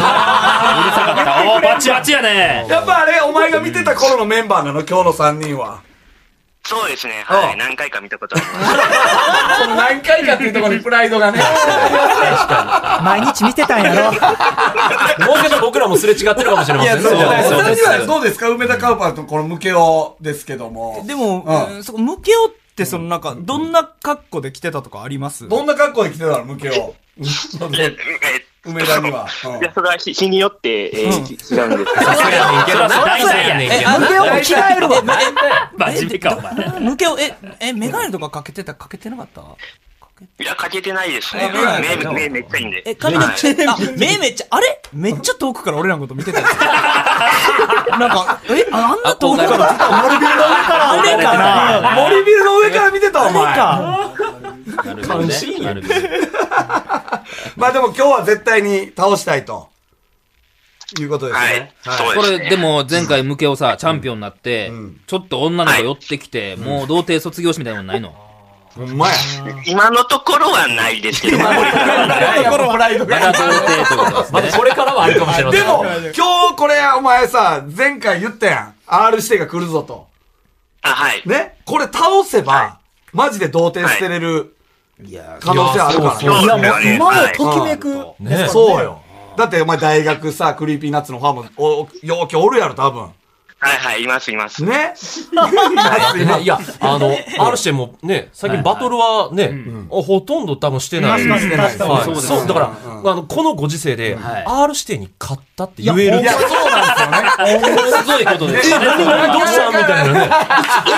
[SPEAKER 3] った。おー、バチバチやね。
[SPEAKER 2] やっぱあれ、お前が見てた頃のメンバーなの今日の3人は。
[SPEAKER 8] そうですね、は
[SPEAKER 2] う
[SPEAKER 8] い、
[SPEAKER 2] ん
[SPEAKER 8] 何回か見たことあります。
[SPEAKER 2] 何回かっていうところにプライドがね。
[SPEAKER 4] 毎日見てたんやろ。
[SPEAKER 10] もしかしたら僕らもすれ違ってるかもしれませんね。そ
[SPEAKER 2] お
[SPEAKER 10] うそう
[SPEAKER 2] 二人はどうですか梅田カウパーとこのムケオですけども。
[SPEAKER 5] でも、
[SPEAKER 2] うん
[SPEAKER 5] うんそこ、向けよって、その、なんか、どんな格好で来てたとかあります
[SPEAKER 2] どんな格好で来てたのムケオ。梅田には。うん
[SPEAKER 8] いや、それは日日によって、えー違うんですけど。
[SPEAKER 10] そうやねんけどな。
[SPEAKER 3] 大体やねんけど
[SPEAKER 10] あ
[SPEAKER 4] 無料も着替えるわ。
[SPEAKER 3] バチビか、お前。
[SPEAKER 9] 向けを、え、え、メガネとかかけてた、かけてなかったか
[SPEAKER 8] いや、かけてないですね。目、目、めっちゃいいんで。
[SPEAKER 5] え、彼
[SPEAKER 8] はい
[SPEAKER 5] めっちゃ、あ、目めっちゃ、あれめっちゃ遠くから俺らのこと 見てたよなんか、え、ああんな遠くから見てた森ビルの上から。あれかな
[SPEAKER 2] 森ビルの上から見てた、お
[SPEAKER 3] ほ
[SPEAKER 2] 前。
[SPEAKER 3] どね
[SPEAKER 2] なるほどまあでも今日は絶対に倒したいと。いうことですね。
[SPEAKER 3] これ、でも、前回、ムケオさ、チャンピオンになって、ちょっと女の子寄ってきて、もう童貞卒業しみたいなのないの
[SPEAKER 2] ほんまや。
[SPEAKER 8] 今のところはないですけど、ま
[SPEAKER 2] ところはないのか。
[SPEAKER 8] これからはあるかもしれません。
[SPEAKER 2] でも、今日これ、お前さ、前回言ったやん。R 指定が来るぞと。
[SPEAKER 8] あ、はい。
[SPEAKER 2] ねこれ倒せば、マジで童貞捨てれる可能性あるからね。
[SPEAKER 4] いや、もう今をときめ
[SPEAKER 2] う
[SPEAKER 4] く。
[SPEAKER 2] んねそうよ。だって、お前大学さ、クリーピーナッツのファンも、お、ようきおるやろ、多分。
[SPEAKER 8] はいはい、います、います。
[SPEAKER 2] ね
[SPEAKER 6] いや、あの、あるしてもね、最近バトルはね、ほとんど多分してない。
[SPEAKER 2] うんしてないしてない
[SPEAKER 6] はい
[SPEAKER 2] そうです
[SPEAKER 6] そう、だから、あの、このご時世で、R 指定に勝ったって言える。
[SPEAKER 2] いやほんまそうなんですよねすごいことですよね
[SPEAKER 6] え何何どうしたみたいなね。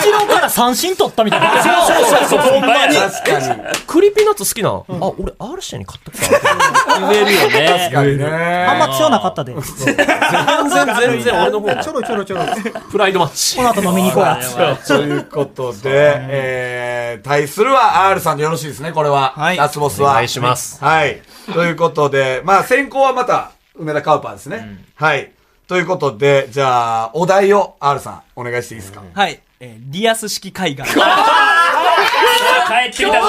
[SPEAKER 5] 一郎から三振取ったみた いな。
[SPEAKER 6] そうそうそう
[SPEAKER 5] ほんまに。
[SPEAKER 2] 確かに。
[SPEAKER 6] クリーピーナッツ好きなのあ、俺、R 指定に勝った
[SPEAKER 3] 言えるよね。
[SPEAKER 6] 確かにね
[SPEAKER 5] あんま強なかったで。
[SPEAKER 6] 全然、全然、俺の方が。
[SPEAKER 5] ちょろちょろちょろ。
[SPEAKER 6] プライドマッチ。
[SPEAKER 5] この後飲みに行こうや。
[SPEAKER 2] ということで、えー、対するは R さんでよろしいですね、これは。はい。ラスボスは。
[SPEAKER 6] お願いします
[SPEAKER 2] はい。ということで、まあ先行はまた、梅田カウパーですね。はい。ということで、じゃあ、お題を R さん、お願いしていいですか。
[SPEAKER 5] はい。えーリアス式海岸。
[SPEAKER 9] 帰ってきたぞ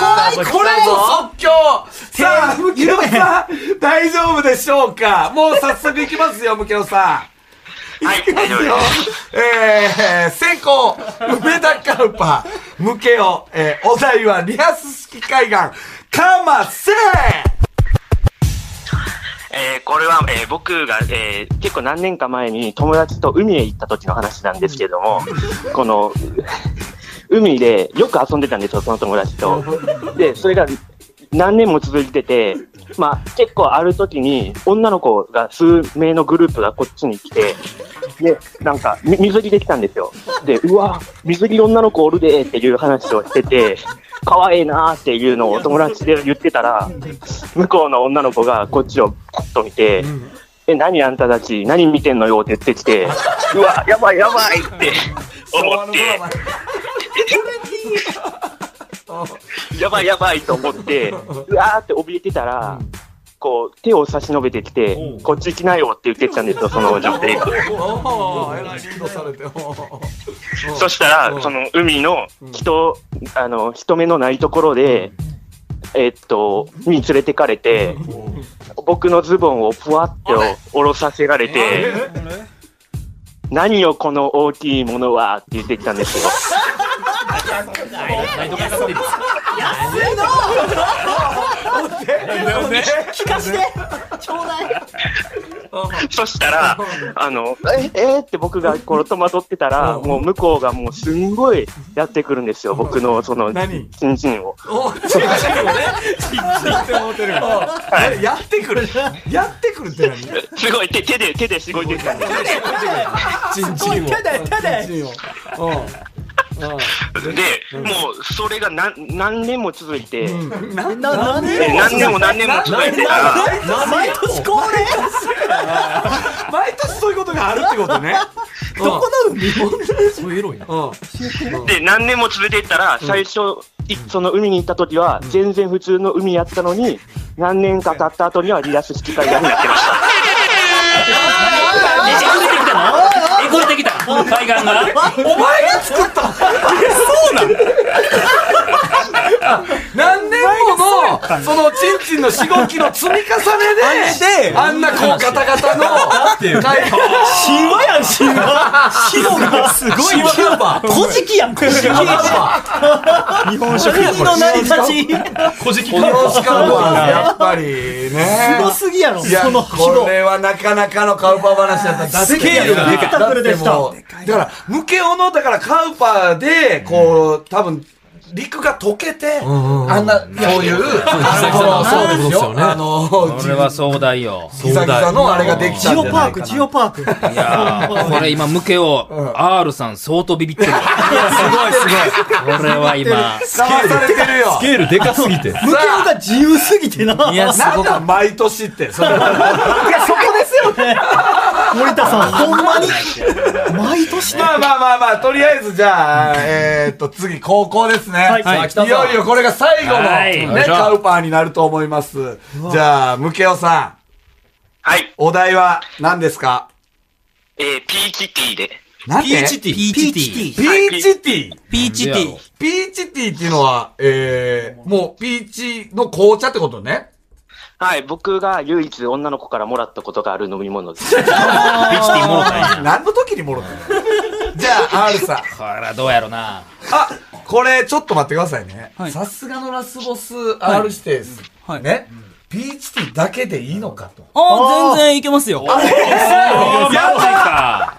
[SPEAKER 2] 怖いこれも即興さあ、ムキオさん、大丈夫でしょうかもう早速いきますよ、ムキオさん。はい、大丈夫ですよ。えー、先行、梅田カウパー、ムケオ、えー、お題はリアス式海岸、かませ
[SPEAKER 8] えーこれは、えー僕が、えー結構何年か前に友達と海へ行った時の話なんですけども、この、海でよく遊んでたんですよ、その友達と。で、それが何年も続いてて、まあ結構ある時に女の子が数名のグループがこっちに来て、で、なんかみ水着できたんですよ。で、うわ、水着女の子おるでっていう話をしてて、可愛いなーっていうのを友達で言ってたら、向こうの女の子がこっちをパッと見て、え、何あんたたち、何見てんのよって言ってきて、うわ、やばいやばいって思って、やばいやばいと思って、うわーって怯えてたら、こう、手を差し伸べてきて、こっち来なよって言ってきたんですよ、その女性が。
[SPEAKER 2] おー、えらいリードされて、おー
[SPEAKER 8] そしたら、その海の人、あの、人目のないところで、えっと、に連れてかれて、僕のズボンをぷわって下ろさせられて、何よこの大きいものはって言ってきたんですよ。
[SPEAKER 9] 安いの
[SPEAKER 4] 聞かしてちょうだい
[SPEAKER 8] そしたら、あの、え、えーって僕がこう戸惑ってたら、もう向こうがもうすんごいやってくるんですよ、僕のその、チンチンを。
[SPEAKER 2] おー、違うよね。ちっちゃいって思ってるよ。ややってくる。やってくるって何
[SPEAKER 8] すごい手、手で、手でしごいてきたんですよ。
[SPEAKER 2] チンチンを。チンチンを。
[SPEAKER 8] で、もう、それが何何年も続いて、
[SPEAKER 2] な
[SPEAKER 4] な何
[SPEAKER 8] え何年も何年も続いてたら、
[SPEAKER 4] 毎年恒例
[SPEAKER 2] 毎年そういうことがあるってこと ね。
[SPEAKER 4] どこの海
[SPEAKER 2] そういうエロいな。
[SPEAKER 8] で、何年も連れて行ったら、最初、いその海に行った時は、全然普通の海やったのに、何年か経った後にはリラス式海岸になってました。
[SPEAKER 3] えぐれてきたのえぐれてきた海岸が
[SPEAKER 2] お前が作ったそうなの何年もの、その、チンチンのしごきの積み重ねで、あんなこう、ガタガタの、神
[SPEAKER 4] 話やん神話
[SPEAKER 2] シ
[SPEAKER 4] 神話がすごい
[SPEAKER 2] 神話ナンバー
[SPEAKER 4] 古事記やん古事記
[SPEAKER 2] 神話
[SPEAKER 4] 日本食国の成り立ち
[SPEAKER 2] 古事記カウパーやっぱりね。
[SPEAKER 4] すごすぎやろ
[SPEAKER 2] いや、
[SPEAKER 4] その規模
[SPEAKER 2] これはなかなかのカウパー話だった。
[SPEAKER 4] スケールがでかい
[SPEAKER 2] だってもうだから、ムケオの、だからカウパーで、こう、多分、陸が溶けて、
[SPEAKER 3] んうん
[SPEAKER 2] あんな、そういう、あのそうですよ。あの、
[SPEAKER 3] これは壮大よ。
[SPEAKER 2] ギザギザのあれができたんじゃないかな
[SPEAKER 4] ジオパーク、ジオパーク。
[SPEAKER 3] いやーこれ今、ムケを、R さん相当ビビってる。これは今、
[SPEAKER 2] 騙されてるよ。
[SPEAKER 5] スケールでかすぎて。
[SPEAKER 4] 向けが自由すぎてな。
[SPEAKER 2] いや、
[SPEAKER 4] す
[SPEAKER 2] なん
[SPEAKER 4] ごい。
[SPEAKER 2] だ、毎年って、それ
[SPEAKER 4] いや、そこですよね。森田さん、ほんまに。毎年ね
[SPEAKER 2] まあまあまあまあ、とりあえずじゃあ、えーっと、次、高校ですね。
[SPEAKER 4] はい
[SPEAKER 2] さあ
[SPEAKER 4] はい
[SPEAKER 2] 来たぞいよいよこれが最後の、
[SPEAKER 3] はい
[SPEAKER 2] ね、カウパーになると思います。じゃあ、ムケオさん。
[SPEAKER 8] はい。
[SPEAKER 2] お題は何ですか
[SPEAKER 8] えー、ピーチティーで。
[SPEAKER 2] なんて
[SPEAKER 8] ピーチティー
[SPEAKER 2] ピーチティー。ピーチティー。
[SPEAKER 5] ピーチティー。
[SPEAKER 2] ピーチティーっていうのは、えー、もう、ピーチの紅茶ってことね。
[SPEAKER 8] はい、僕が唯一女の子からもらったことがある飲み物 です。ピーチテ
[SPEAKER 3] ィーもろ
[SPEAKER 2] 何の時にもろたの じゃあ、R さん。
[SPEAKER 3] これはどうやろな。
[SPEAKER 2] あ、これ、ちょっと待ってくださいね。さすがのラスボス R 指定です。ね。ピーチティーだけでいいのかと。
[SPEAKER 5] ああ、全然いけますよ。
[SPEAKER 2] やった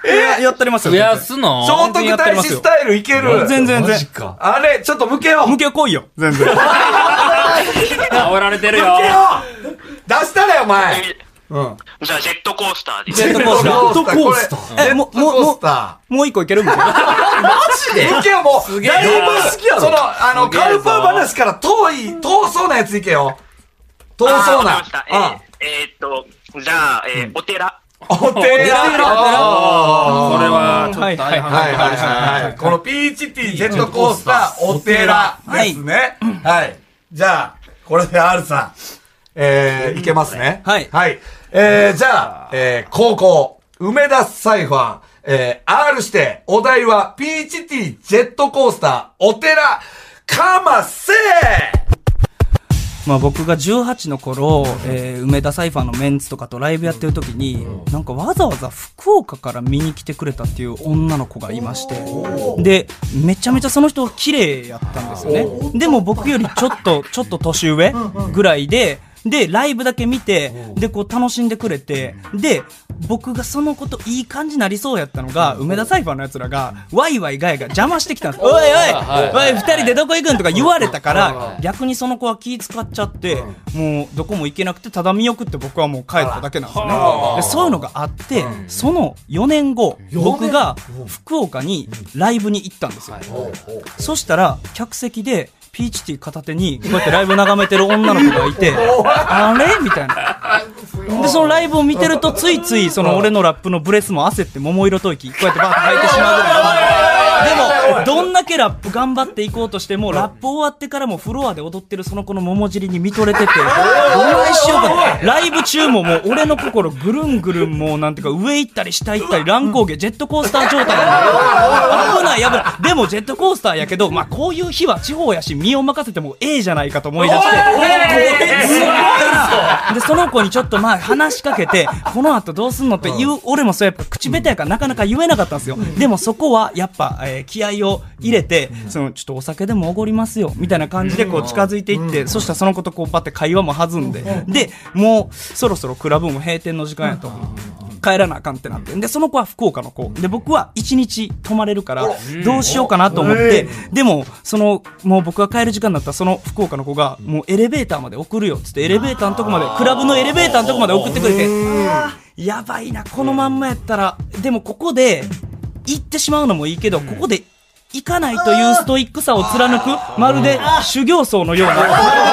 [SPEAKER 5] えやったりますよ。
[SPEAKER 3] 増やすの
[SPEAKER 2] 聖徳太子スタイルいける
[SPEAKER 5] 全然全然。
[SPEAKER 2] あれ、ちょっと向けよう
[SPEAKER 5] 向けは来いよ。全然。
[SPEAKER 3] 煽られてるよ。
[SPEAKER 2] 出したらよ、お前うん。
[SPEAKER 8] じゃあ、ジェットコースターで。
[SPEAKER 5] ジェットコース
[SPEAKER 2] ジ
[SPEAKER 5] ター。
[SPEAKER 2] ェットコースター。
[SPEAKER 5] え、もう、もう、もう、もう一個いけるみたいな。
[SPEAKER 2] マジで向けよ、もう。
[SPEAKER 3] げえな
[SPEAKER 2] だいぶ、その、あの、
[SPEAKER 3] すげえぞ
[SPEAKER 2] カルパー話から遠い、遠そうなやついけよ。遠
[SPEAKER 8] あー
[SPEAKER 2] そう
[SPEAKER 8] わ
[SPEAKER 2] な
[SPEAKER 8] かりました。。えーえーっと、じゃあ、えーお寺。
[SPEAKER 2] うん。お寺。
[SPEAKER 3] こ
[SPEAKER 2] あー
[SPEAKER 3] れは、ちょっと大半
[SPEAKER 2] はい
[SPEAKER 3] があ
[SPEAKER 2] は
[SPEAKER 3] る
[SPEAKER 2] い
[SPEAKER 3] し
[SPEAKER 2] はいはい。
[SPEAKER 3] な。
[SPEAKER 2] このピーチティージェットコースター、お寺ですね。はい。じゃあ、これで R さん、えー、いけますね。
[SPEAKER 5] はい
[SPEAKER 2] はい。えー、じゃあ、えー、高校、梅田サイファー、えー、R して、お題は、ピーチティージェットコースター、お寺、かませ
[SPEAKER 5] まあ僕が18の頃、えー梅田サイファーのメンツとかとライブやってる時に、なんかわざわざ福岡から見に来てくれたっていう女の子がいまして、で、めちゃめちゃその人綺麗やったんですよね。でも僕よりちょっと、ちょっと年上ぐらいで、で、ライブだけ見て、で、こう楽しんでくれて、で、僕がそのこといい感じになりそうやったのが、梅田サイファーの奴らが、ワイワイガヤが邪魔してきたんです。おいおい
[SPEAKER 3] はい
[SPEAKER 5] おい、二人でどこ行くんとか言われたから、逆にその子は気使っちゃって、もうどこも行けなくて、ただ見送って僕はもう帰っただけなんですよね。でそういうのがあって、その4年後、僕が福岡にライブに行ったんですよ。そしたら、客席で、ピーチティー片手に、こうやってライブ眺めてる女の子がい て、あれみたいな。で、そのライブを見てると、ついつい、その俺のラップのブレスも焦って、桃色吐息、こうやってバーッと吐いてしまうぐらい。 でも、どんだけラップ頑張っていこうとしても、ラップ終わってからもフロアで踊ってるその子の桃尻に見とれてて、どないしようか。ライブ中ももう俺の心ぐるんぐるんもうなんていうか上行ったり下行ったり乱高下 ジェットコースター状態なんだよ危ない危ない。でもジェットコースターやけど、まあこういう日は地方やし身を任せてもええじゃないかと思い出して、すごいなで、その子にちょっとまあ話しかけて、この後どうすんのって言う、俺もそうやっぱ口下手やからなかなか言えなかったんですよ。でもそこはやっぱ、えー気合を入れて、そのちょっとお酒でもおごりますよ、みたいな感じでこう近づいていって、そしたらその子とこうバって会話も弾んで、で、もうそろそろクラブも閉店の時間やと。帰らなあかんってなって。で、その子は福岡の子。で、僕は一日泊まれるから、どうしようかなと思って、でも、その、もう僕が帰る時間だったら、その福岡の子が、もうエレベーターまで送るよっつって、エレベーターのとこまで、クラブのエレベーターのとこまで送ってくれて、やばいな、このまんまやったら、でもここで、行ってしまうのもいいけど、ここで、行かないというストイックさを貫く、まるで修行僧のような、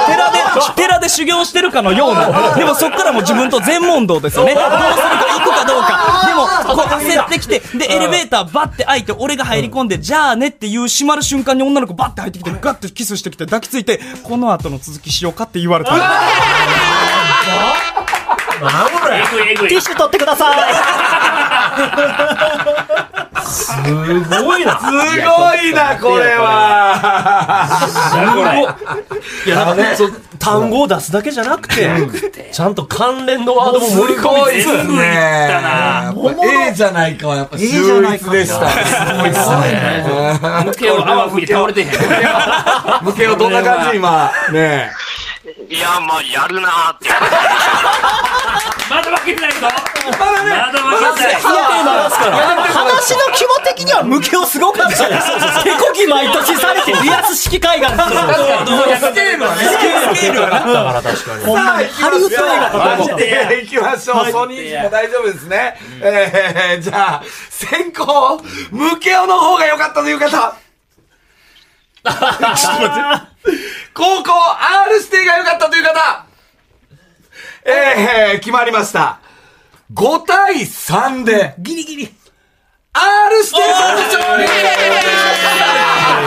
[SPEAKER 5] 寺で、寺で修行してるかのような、でもそっからもう自分と全問答ですよね。どうするか行くかどうか。でも、こう焦ってきて、で、エレベーターバッて開いて、俺が入り込んで、じゃあねっていう閉まる瞬間に女の子バッて入ってきて、ガッてキスしてきて、抱きついて、この後の続きしようかって言われた。
[SPEAKER 10] えぐいえぐ
[SPEAKER 4] ティ
[SPEAKER 10] い
[SPEAKER 4] ッ。シュ取ってください。
[SPEAKER 2] すごいなすごいな、これは
[SPEAKER 10] いや、なんかね、そう単語を出すだけじゃなくて、ちゃんと関連のワードも盛り
[SPEAKER 2] す
[SPEAKER 10] 込
[SPEAKER 2] ご
[SPEAKER 10] み
[SPEAKER 2] い
[SPEAKER 10] つ
[SPEAKER 2] で
[SPEAKER 10] つ
[SPEAKER 2] すね。やっぱ A じゃないかはやっぱ秀逸で した。すごいっすね。
[SPEAKER 3] ムケを泡吹いて倒れてへん。
[SPEAKER 2] ムケオどんな感じ今、ねえ。
[SPEAKER 8] いや、まあ、やるなーって。
[SPEAKER 3] まだ負けてないぞま
[SPEAKER 2] だ
[SPEAKER 3] ねまだ負けてない
[SPEAKER 4] 話の規模的には無形すごかったです
[SPEAKER 3] そうそうそう
[SPEAKER 4] 手こき毎年されてリアス式海岸ですよ
[SPEAKER 2] スケールはね
[SPEAKER 4] スケールは
[SPEAKER 2] な
[SPEAKER 4] なほんまにハリウッド映画かと思
[SPEAKER 2] マ
[SPEAKER 4] っ
[SPEAKER 2] ジ
[SPEAKER 4] て
[SPEAKER 2] で行きましょう。ソニー陣も大丈夫ですね。えー、じゃあ、先行、ムケオの方が良かったという 方。高校 R 指定が良かったという方。えー、決まりました。5対3で、ギリギリ。R 指定さんの勝利
[SPEAKER 10] いやー、いやー、いや
[SPEAKER 2] いや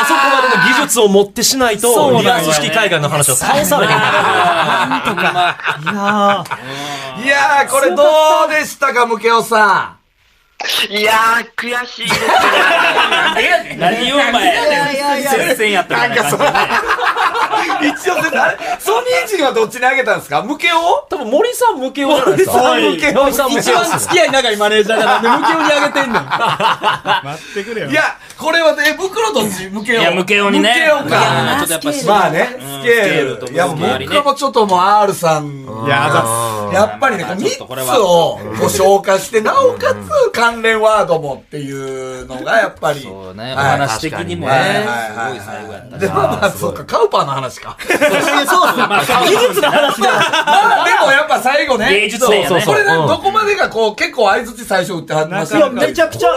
[SPEAKER 10] あそこまでの技術を持ってしない
[SPEAKER 5] そ
[SPEAKER 10] と、
[SPEAKER 5] うなん
[SPEAKER 10] リ
[SPEAKER 5] だよ
[SPEAKER 10] ア
[SPEAKER 5] ね
[SPEAKER 10] 組織海岸の話を倒されへん。
[SPEAKER 2] なんとか。いやー、これどうでしたか、ムケオさん。いやー、悔しいですね。
[SPEAKER 3] 何言うんま
[SPEAKER 2] いやいやいや
[SPEAKER 3] い接戦やったみたいな感じでね
[SPEAKER 2] 一応絶対、ソニー陣はどっちにあげたんですかムケオ多分森さんムケオ
[SPEAKER 5] 森さん向けよう一番付き合い
[SPEAKER 2] い
[SPEAKER 5] 長いマネージャーがなんで向けようにあげてんの
[SPEAKER 2] 待ってくれよ。いや、これはね、袋どっちムケオ
[SPEAKER 3] いやムケオにね
[SPEAKER 2] ムケオ
[SPEAKER 3] ムケオは
[SPEAKER 2] か。
[SPEAKER 3] ちょっとやっぱし
[SPEAKER 2] まあね、
[SPEAKER 3] うん
[SPEAKER 2] スケー
[SPEAKER 3] スケールと
[SPEAKER 2] ル。いや、もう
[SPEAKER 3] 周りね
[SPEAKER 2] 僕もちょっともう R さん。
[SPEAKER 3] いや
[SPEAKER 2] うんやっぱりね、3
[SPEAKER 3] とこれ
[SPEAKER 2] つ
[SPEAKER 3] は
[SPEAKER 2] をご紹介して、なおかつ関連ワードもっていうのが、やっぱり。そう
[SPEAKER 3] ねお話的にもねすごい
[SPEAKER 2] 最後やった
[SPEAKER 3] な
[SPEAKER 2] で、まあまあ、そっか、カウパーの話か。
[SPEAKER 4] そうそうまあ技術の話だ
[SPEAKER 2] まあでもやっぱ最後ね。
[SPEAKER 4] 芸術面やね
[SPEAKER 2] そうそうそうこれな
[SPEAKER 4] うん
[SPEAKER 2] どこまでがこう、結構相づち最初打ってはりまし
[SPEAKER 4] い
[SPEAKER 2] た
[SPEAKER 4] やめちゃくちゃ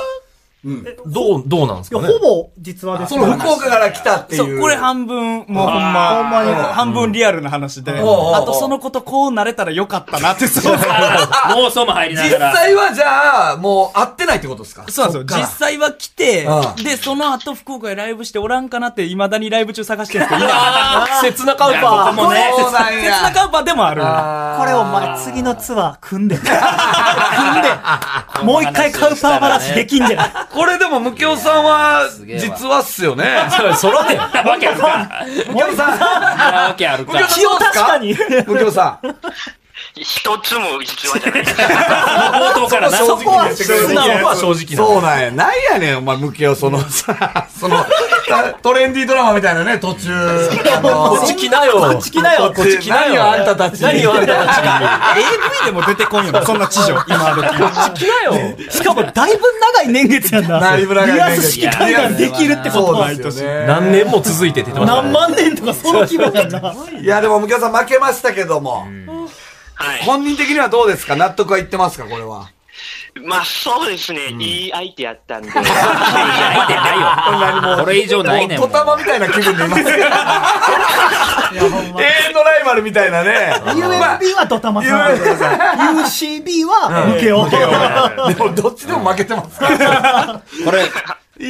[SPEAKER 10] どう、どうなんです
[SPEAKER 4] いや
[SPEAKER 10] かね
[SPEAKER 4] ほぼ実話です
[SPEAKER 2] その福岡から来たっていう。
[SPEAKER 5] そうこれ半分もうほん
[SPEAKER 2] あーほ
[SPEAKER 5] ま
[SPEAKER 2] んまに
[SPEAKER 5] うん半分リアルな話で、
[SPEAKER 2] ん
[SPEAKER 5] あとその子とこうなれたらよかったなって そう
[SPEAKER 3] 妄想も入りなが ら
[SPEAKER 2] 実際はじゃあ、もう会ってないってことですか
[SPEAKER 5] そうなんですよ。実際は来て
[SPEAKER 2] あ、
[SPEAKER 5] で、その後福岡へライブしておらんかなって、未だにライブ中探してるんですけど、
[SPEAKER 4] あー
[SPEAKER 5] 切なカウパ
[SPEAKER 4] いや
[SPEAKER 5] ー。
[SPEAKER 4] 僕もねそうなんや
[SPEAKER 5] 切なカウパーでもある。
[SPEAKER 4] これお前次のツアー組ん で組んでもう一回カウパー話できんじゃない
[SPEAKER 2] これでも、ムケオさんは、実はっすよね。そろって。
[SPEAKER 3] わけあるか
[SPEAKER 2] ムケオさん。
[SPEAKER 3] わけあるか
[SPEAKER 2] 気を確かに。右京さん。
[SPEAKER 8] 一つも必要じゃない です。
[SPEAKER 3] 冒頭からな。
[SPEAKER 2] そこは正直に
[SPEAKER 8] そこは正
[SPEAKER 2] 直そうなんや。なんやねん、お前、ムケオ、そのさ、その、たトレンディードラマみたいなね、途中。
[SPEAKER 10] こっち来なよ
[SPEAKER 2] こっち来なよ、
[SPEAKER 10] こっち来なよ
[SPEAKER 2] 何をあんたたち。
[SPEAKER 10] 何をあんたたち
[SPEAKER 5] AV でも出てこんよな、そんな地上、
[SPEAKER 10] き
[SPEAKER 5] 今時。
[SPEAKER 10] なよ
[SPEAKER 4] しかもだいぶ長い年月 やんな
[SPEAKER 2] だいぶ長い年月
[SPEAKER 4] リアス式海岸できるってこと
[SPEAKER 2] そう
[SPEAKER 4] は
[SPEAKER 2] ですよね
[SPEAKER 10] 何年も続いてって言ってましたね
[SPEAKER 4] 何万年とかその規模やんない
[SPEAKER 2] や、でも、ムケオさん負けましたけども。本人的にはどうですか納得はいってますかこれは。
[SPEAKER 8] まあそうですね、いい相手 やったんで。
[SPEAKER 2] ない よ
[SPEAKER 3] これ以上ないねん
[SPEAKER 2] トタマみたいな気分でいますけど。永遠のライバルみたいなね。
[SPEAKER 4] UMB はドタマさん UCB は
[SPEAKER 2] うん
[SPEAKER 4] ムケオ
[SPEAKER 2] でも、どっちでも負けてますから。
[SPEAKER 3] これ、
[SPEAKER 2] い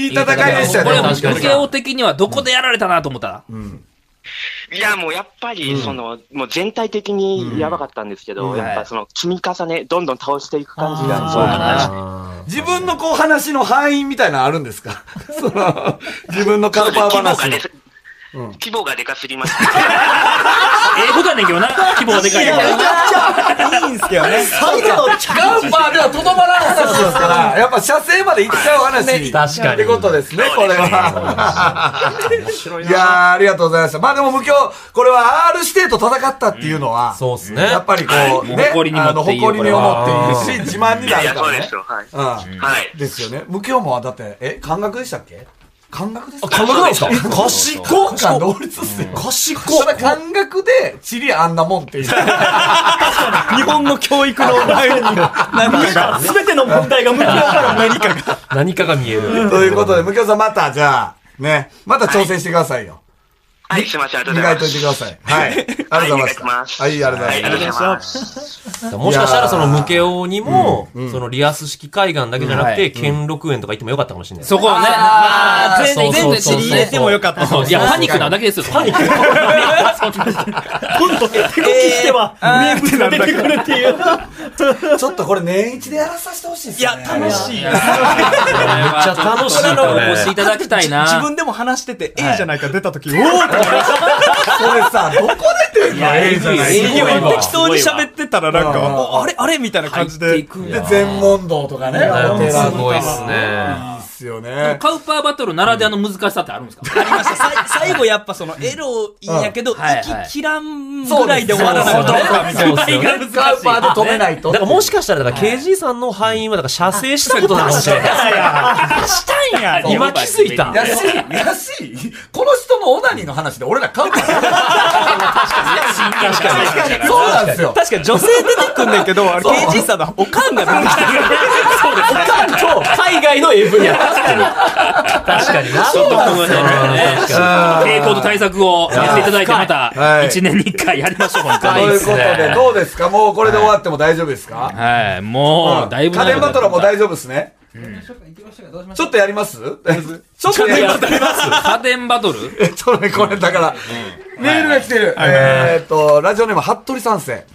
[SPEAKER 2] い戦いでした
[SPEAKER 3] こ
[SPEAKER 2] ね。
[SPEAKER 3] れ、無形的にはどこでやられたなと思った
[SPEAKER 8] いや、もうやっぱり、その、もう全体的にやばかったんですけど、
[SPEAKER 2] うん
[SPEAKER 8] やっぱその積み重ね、どんどん倒していく感じが、
[SPEAKER 2] そうだ
[SPEAKER 8] な
[SPEAKER 2] 自分のこう話の範囲みたいなのあるんですか その、自分のカルパー
[SPEAKER 8] 規模が
[SPEAKER 2] 話の
[SPEAKER 8] で。規模がでかすぎます。
[SPEAKER 3] ええことやねんけどな。規模はでかいけど。
[SPEAKER 5] いいんすけどね。
[SPEAKER 2] 最後のキャンパーではとどまらん話ですから、やっぱ射精まで行っちゃう話。確かに。ってことですね、これは。いやー、ありがとうございました。まあでも無教、これは R 指定と戦ったっていうのは、そうです
[SPEAKER 10] ね
[SPEAKER 2] やっぱりこう、
[SPEAKER 10] はい
[SPEAKER 2] ね、
[SPEAKER 10] 誇りに持
[SPEAKER 2] あ
[SPEAKER 10] って
[SPEAKER 2] の、
[SPEAKER 10] いいよ
[SPEAKER 2] 誇りに思ってい
[SPEAKER 10] これ
[SPEAKER 2] いし、
[SPEAKER 10] は
[SPEAKER 2] 自慢になるから、ね。
[SPEAKER 8] そうですよ、はい。
[SPEAKER 2] うん。ですよね。無教もだって、え、感覚でしたっけ感覚ですか
[SPEAKER 10] 感覚なんですか
[SPEAKER 2] 賢いか同率っすよ。賢い。それは感覚で、チリあんなもんっていう。
[SPEAKER 4] 日本の教育の内容に何か全ての問題が向き合うから何かが
[SPEAKER 10] 何かが見える。
[SPEAKER 2] ということで、無教さんまた、じゃあ、ね、また挑戦してくださいよ。
[SPEAKER 8] はい、すいません、ありがと
[SPEAKER 2] 磨
[SPEAKER 8] うござい
[SPEAKER 2] い
[SPEAKER 8] ま
[SPEAKER 2] とい
[SPEAKER 8] す。
[SPEAKER 2] てください。はい。ありがとうございました。はい、ありがとうございました。
[SPEAKER 8] はいありがとうございました
[SPEAKER 10] もしかしたらそのムケオにも
[SPEAKER 2] うんうん、
[SPEAKER 10] そのリアス式海岸だけじゃなく
[SPEAKER 3] は
[SPEAKER 10] て、
[SPEAKER 3] い
[SPEAKER 10] 兼六園とか行ってもよかったかもしれない。
[SPEAKER 3] そこをね、ま
[SPEAKER 10] あ
[SPEAKER 3] あ、
[SPEAKER 10] ーそ
[SPEAKER 3] 全然、全
[SPEAKER 10] う
[SPEAKER 3] 然
[SPEAKER 10] そうそう
[SPEAKER 3] 知り入れてもよかったかもしれない。いや、パニックなだけですよ。パニック。
[SPEAKER 4] 今度手書きしては名物が出てくるっていう
[SPEAKER 2] ちょっとこれ年一でやらさせてほしいですね。いや、楽しい。
[SPEAKER 3] め
[SPEAKER 10] っちゃ楽しい
[SPEAKER 3] これはお越しいただきたいな。
[SPEAKER 5] 自分でも話してて、A じゃないか出た時、おお
[SPEAKER 2] これさ、どこ出てんの A じゃない
[SPEAKER 5] すごい適当に
[SPEAKER 2] しゃ
[SPEAKER 5] 喋ってたらなん
[SPEAKER 2] うん
[SPEAKER 5] か、おあれあれみたいな感じで。
[SPEAKER 2] で、全問答とかね。
[SPEAKER 10] いや
[SPEAKER 2] お寺
[SPEAKER 10] す
[SPEAKER 2] とか
[SPEAKER 10] ごいっすね。
[SPEAKER 2] いいっですよね。
[SPEAKER 3] カウパーバトルならではの難しさってあるんですか、
[SPEAKER 5] 最後やっぱそのエロいんやけど、息切らんぐらいで終わらない
[SPEAKER 6] そう
[SPEAKER 5] と
[SPEAKER 6] ですそうです
[SPEAKER 5] ね
[SPEAKER 2] カウパーで止めないと。
[SPEAKER 10] だからもしかしたら、だから KG さんの敗因は、だから射精したことなのかもしれない。
[SPEAKER 2] したん
[SPEAKER 10] や今気づいた
[SPEAKER 2] 安い、安い。この人のオナニーの話で俺ら買うから。確かに、確かに。そうなんですよ。
[SPEAKER 5] 確かに女性出てくんねんけど、あれ、
[SPEAKER 2] そう
[SPEAKER 5] KG さんのおかんが出てきてる。
[SPEAKER 10] そうです。おかんと海外の AV や。確かに。
[SPEAKER 3] ちょっとこの辺でね、傾向と対策をやっていただいて、また
[SPEAKER 2] はい
[SPEAKER 3] 1年に1回やりましょう、本
[SPEAKER 2] と
[SPEAKER 3] 当に。
[SPEAKER 2] いうことで、どうですかもうこれで終わっても大丈夫ですか
[SPEAKER 3] はい、もう、だいぶ
[SPEAKER 2] 家
[SPEAKER 3] 長いこ
[SPEAKER 2] 電
[SPEAKER 3] と
[SPEAKER 2] バトルはもう大丈夫ですね。ちょっとやりますちょっとやります
[SPEAKER 3] 家電バトル
[SPEAKER 2] えっとね、これだから、メールが来てる。えーっと、ラジオネーム、服部三世。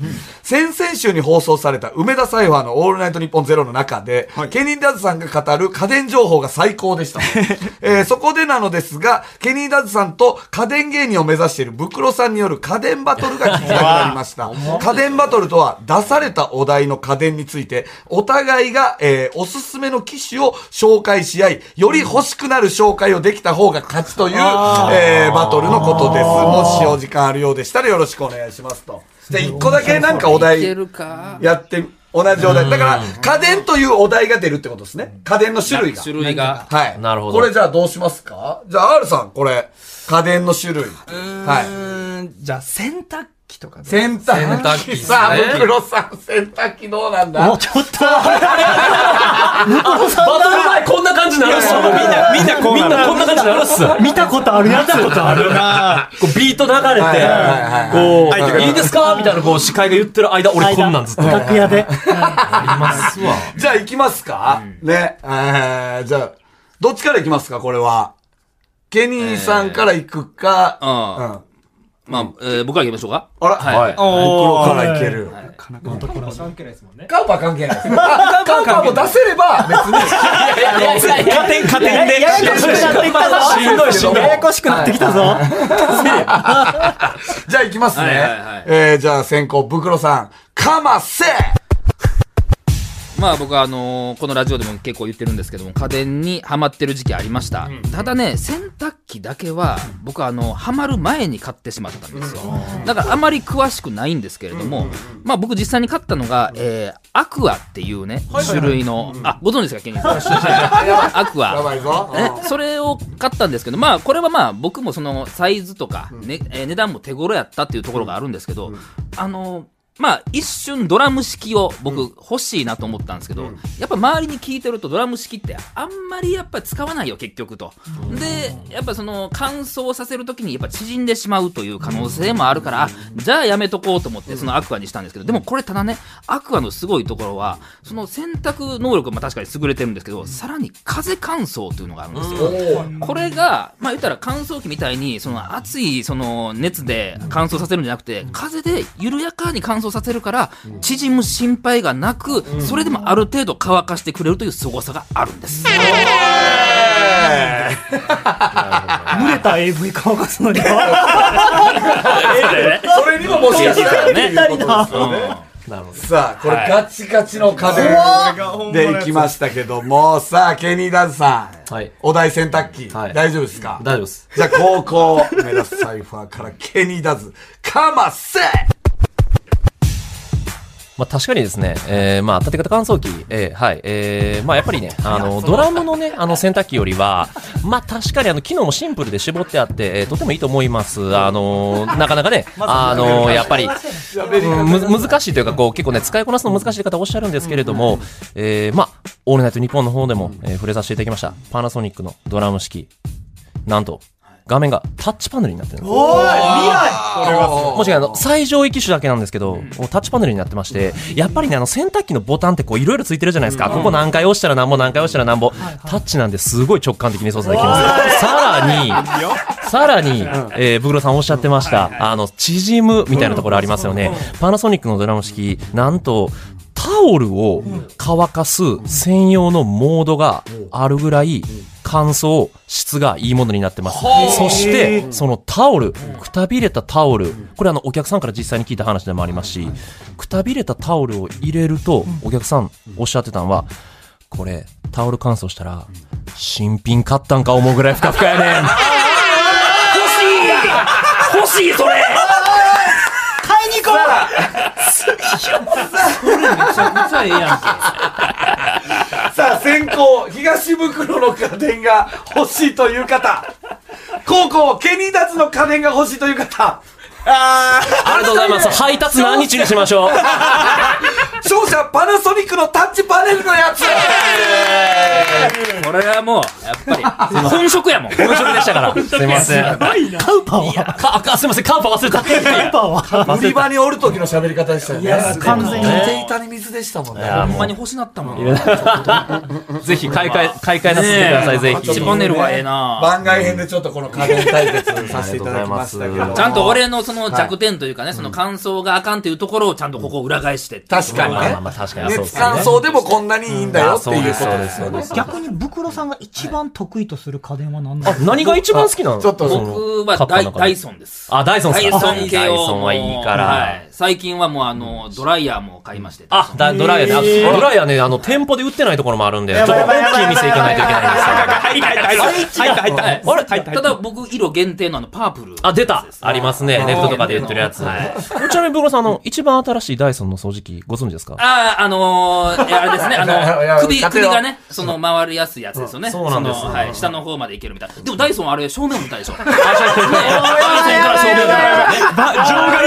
[SPEAKER 2] 先々週に放送された梅田サイファーのオールナイトニッポンゼロの中で、ケニーダズさんが語る家電情報が最高でした。えーそこでなのですが、ケニーダズさんと家電芸人を目指しているブクロさんによる家電バトルが聞きたくなりました。家電バトルとは、出されたお題の家電について、お互いが、えーおすすめの機種を紹介し合い、より欲しくなる紹介をできた方が勝ちという、えーバトルのことです。もしお時間あるようでしたらよろしくお願いしますと。じゃあ一個だけなんかお題やって、同じお題。だから、家電というお題が出るってことですね。家電の種類が。
[SPEAKER 3] 種類が。
[SPEAKER 2] はい。
[SPEAKER 10] なるほど
[SPEAKER 2] これじゃあどうしますかじゃあ R さん、これ、家電の種類。はい。
[SPEAKER 5] じゃあ、洗濯機とかで。
[SPEAKER 2] 洗
[SPEAKER 6] 洗
[SPEAKER 2] 濯
[SPEAKER 6] 濯機
[SPEAKER 2] 機
[SPEAKER 6] っすね
[SPEAKER 2] さあ、ブクロさん、洗濯機どうなんだ
[SPEAKER 4] もうちょっと。
[SPEAKER 10] バトル前こんな感じになるっすよ。みんな、みんなこうなる。みんなこんな感じになるっす。
[SPEAKER 4] 見たことあるやつ。見たことあるな。
[SPEAKER 10] こうビート流
[SPEAKER 2] はいはいはいはい
[SPEAKER 10] れて、こう、いいですかみたいな、こう、司会が言ってる間、俺こんなんずっと。
[SPEAKER 4] 楽屋で。
[SPEAKER 10] ありますわ。
[SPEAKER 2] じゃあ行きますか、ね。えー、じゃあ、どっちから行きますかこれは。ケニーさんから行くか、
[SPEAKER 3] うん。
[SPEAKER 2] うん。
[SPEAKER 3] まあ、えー僕から行きましょうか。
[SPEAKER 2] あら、
[SPEAKER 3] はい。
[SPEAKER 2] 袋から行ける。
[SPEAKER 11] 関係ないですもんね。
[SPEAKER 2] カウパー関係ないです。カウパーも出せれば別に。
[SPEAKER 5] 家電、家電で。
[SPEAKER 4] ややこしくなってきたぞ。
[SPEAKER 2] しんどいしんどい
[SPEAKER 4] ややこしくなってきたぞ。
[SPEAKER 2] じゃあ行きますね。
[SPEAKER 3] はいはいはい
[SPEAKER 2] えー、じゃあ先行、ブクロさん、かませ
[SPEAKER 3] まあ僕はあのーこのラジオでも結構言ってるんですけども家電にハマってる時期ありました、ただね洗濯機だけは僕はあのハマる前に買ってしまったんですよ、だからあまり詳しくないんですけれども、まあ僕実際に買ったのが、えーアクアっていうね、種類の、あご存知ですかケニー さん アクア
[SPEAKER 2] やばいぞ。うん
[SPEAKER 3] ね、それを買ったんですけど、まあ、これはまあ、僕もそのサイズとか、ねえー値段も手頃やったっていうところがあるんですけど、あのーまあ、一瞬ドラム式を僕欲しいなと思ったんですけど、やっぱ周りに聞いてるとドラム式ってあんまりやっぱ使わないよ結局と、でやっぱその乾燥させるときにやっぱ縮んでしまうという可能性もあるから、あじゃあやめとこうと思ってそのアクアにしたんですけどでもこれただねアクアのすごいところはその洗濯能力も確かに優れてるんですけどさらに風乾燥というのがあるんですよ、これが、まあ言ったら乾燥機みたいに、その熱いその熱で乾燥させるんじゃなくて、風で緩やかに乾燥させるから、縮む心配がなく、それでもある程度乾かしてくれるという凄さがあるんです。
[SPEAKER 4] 濡れた AV 乾かすのには。
[SPEAKER 2] それにももしかしたらね。
[SPEAKER 4] たりな。
[SPEAKER 2] さあ、これガチガチの家電で行きましたけども、さあ、ケニーダンスさん、
[SPEAKER 10] はい
[SPEAKER 2] お題洗濯機、
[SPEAKER 10] はい
[SPEAKER 2] 大丈夫ですか
[SPEAKER 10] 大丈夫です。
[SPEAKER 2] じゃあ、高校、目指すサイファーからケニーダンス、かませ
[SPEAKER 6] まあ、確かにですね、えー、まあ、立て方乾燥機、えー、はい、えー、まあ、やっぱりね、あの、ドラムのね、あの、洗濯機よりは、まあ、確かに、あの、機能もシンプルで絞ってあって、えーとてもいいと思います。あの、なかなかね、あの、やっぱり、うんむ難しいというか、こう、結構ね、使いこなすの難しい方おっしゃるんですけれども、えー、まあ、オールナイト日本の方でも、えー触れさせていただきました、パナソニックのドラム式、なんと、画面がタッチパネルになってるんですよ。
[SPEAKER 4] おい、未来。
[SPEAKER 6] もしくはあの最上位機種だけなんですけど、もうタッチパネルになってまして、やっぱりね、あの洗濯機のボタンってこういろいろついてるじゃないですか。ここ何回押したらなんぼ何回押したらなんぼ。タッチなんですごい直感的に操作できます。さらに、さらに、えー、ブグロさんおっしゃってました、あの、縮むみたいなところありますよね。パナソニックのドラム式、なんと、タオルを乾かす専用のモードがあるぐらい乾燥、質がいいものになってます。そして、そのタオル、くたびれたタオル、これあのお客さんから実際に聞いた話でもありますし、くたびれたタオルを入れると、お客さんおっしゃってたのは、これ、タオル乾燥したら、新品買ったんか思うぐらいふかふかやねん。
[SPEAKER 9] 欲しい欲しいそれ
[SPEAKER 4] 買いに行こ
[SPEAKER 9] う
[SPEAKER 2] ええやんさあ、先行、東袋の家電が欲しいという方。高校、ケニダツの家電が欲しいという方。あ
[SPEAKER 6] ありがとうございます配達何日にしましょう
[SPEAKER 2] 勝者、パナソニックのタッチパネルのやつ
[SPEAKER 3] これはもう、やっぱり、本職やもん。本職でしたから。
[SPEAKER 6] すいません
[SPEAKER 4] カウパは
[SPEAKER 6] かあすいません、カーパ忘れた。カ
[SPEAKER 4] ーパは
[SPEAKER 2] 売り場におる時の喋り方でしたよね。
[SPEAKER 6] いや完全に
[SPEAKER 2] 似ていたに水でしたもんね。
[SPEAKER 3] ほんまに欲しなったもん。
[SPEAKER 6] ぜひ買い替え、買い替えなさせてください、ぜひ。
[SPEAKER 3] 一パネルはええな
[SPEAKER 2] 番外編でちょっとこの家電対決させていただきましたけど。
[SPEAKER 3] ちゃんと俺のその弱点というかね、その感想があかんっていうところをちゃんとここ裏返してっていう
[SPEAKER 2] 確かにね。熱感想でもこんなにいいんだよっていうことですよね。
[SPEAKER 4] 逆に、ブクロさんが一番得意とする家電は何なんです
[SPEAKER 6] 何が一番好きなの
[SPEAKER 2] ちょっと
[SPEAKER 3] 僕はダイダイソンです。
[SPEAKER 6] あ、ダイソン
[SPEAKER 3] ダ
[SPEAKER 6] で
[SPEAKER 3] イ
[SPEAKER 6] す
[SPEAKER 3] ソ
[SPEAKER 6] か
[SPEAKER 3] ン系を。
[SPEAKER 6] ダイソンはいいか
[SPEAKER 3] は
[SPEAKER 6] ら
[SPEAKER 3] い。最近はもうあの、ドライヤーも買いまして。
[SPEAKER 6] あ、だドライヤー
[SPEAKER 3] へー
[SPEAKER 6] ね。あドライヤーね、あの、店舗で売ってないところもあるんで、ちょっ
[SPEAKER 3] や
[SPEAKER 6] と
[SPEAKER 3] ばいやばい
[SPEAKER 6] 大きい店行かないといけないんですよ。
[SPEAKER 3] 入った入
[SPEAKER 6] った入った入った入ったあれ入った
[SPEAKER 3] ただ僕、色限定のあの、パープル。
[SPEAKER 6] あ、出たありますね。ネットとかで売ってるやつ。はいちなみに、ブロさん、あの、一番新しいダイソンの掃除機、ご存知ですか
[SPEAKER 3] ああ、あのー、いやあれです ね、
[SPEAKER 6] いやい
[SPEAKER 3] あ
[SPEAKER 6] や
[SPEAKER 3] の、首、
[SPEAKER 6] 立て
[SPEAKER 3] 首
[SPEAKER 6] よ
[SPEAKER 3] がね、その回りやすいやつですよね。
[SPEAKER 6] そうなんです
[SPEAKER 3] そのはい、下の方までいけるみたいな。でもダイソンあれ、正面見 たいでしょ。ね
[SPEAKER 9] から正面から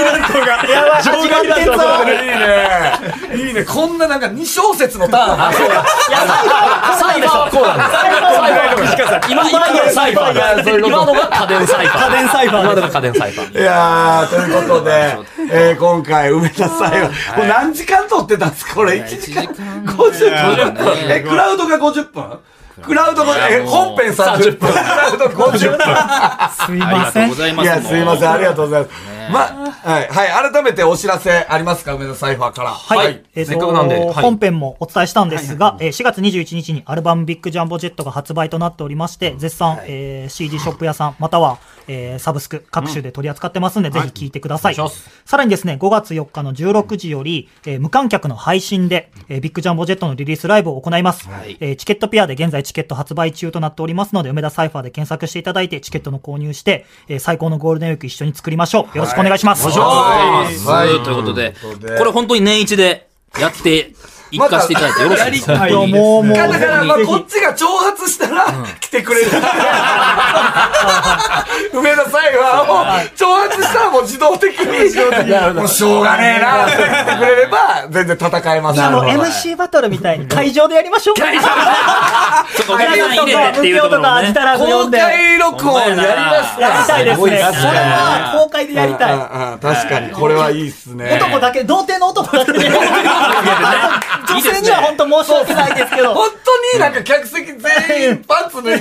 [SPEAKER 2] 上外乱闘がいいね。いいね。こんななんか2小節のターン。あ、そうだ。
[SPEAKER 6] サイバーはこうなんだ。今、今のサイバーだ。今のが家電サイバー。
[SPEAKER 2] 家電サイバー
[SPEAKER 6] 今のが家電サイバー。
[SPEAKER 2] いやー、ということで、えー、今回、梅田さんよ、これ何時間撮ってたんですかこれ1時間50分。え、クラウドが50分クラウド50え、本編30分。クラウド50分。すい
[SPEAKER 3] ませんありがとうございます
[SPEAKER 2] いや、すいません。ありがとうございます。ま、はい、はい、改めてお知らせありますか梅田サイファーから。は
[SPEAKER 4] えーと
[SPEAKER 2] せっかくなんで。はい
[SPEAKER 4] 本編もお伝えしたんですが、えー4月21日にアルバムビッグジャンボジェットが発売となっておりまして、絶賛、えー CD ショップ屋さん、または、えーサブスク各種で取り扱ってますんで、ぜひ聴いてください,、さらにですね、5月4日の16時より、えー無観客の配信で、えービッグジャンボジェットのリリースライブを行います、えーチケットペアで現在チケット発売中となっておりますので、梅田サイファーで検索していただいて、チケットの購入して、えー最高のゴールデンウィーク一緒に作りましょう。よろしくお願いします。
[SPEAKER 3] はい、ということで、これ本当に年一でやって、一
[SPEAKER 2] ま
[SPEAKER 3] 過していただいてよろしいですか
[SPEAKER 2] やりたいだから、まあ、こっちが挑発したら、来てくれる。梅田サイは、もう、挑発したらもう自動的に、もうしょうがねえな、って言ってくれれば、全然戦えます。
[SPEAKER 4] あの、MC バトルみたいに会場でやりましょう。会場
[SPEAKER 2] お客さん入れてって
[SPEAKER 4] 無
[SPEAKER 2] いうとこ
[SPEAKER 4] 料
[SPEAKER 2] ろ
[SPEAKER 4] とか
[SPEAKER 2] もね
[SPEAKER 4] アジタラズ呼んで。
[SPEAKER 2] 公開録音やりますか
[SPEAKER 4] やりたいですね。それは公開でやりたい。
[SPEAKER 2] たい。確かに、これはいいっすね。
[SPEAKER 4] 男だけ、童貞の男だけで。女性には本当申し訳ないですけど。
[SPEAKER 2] 本当になんか客席全員パンツ脱 い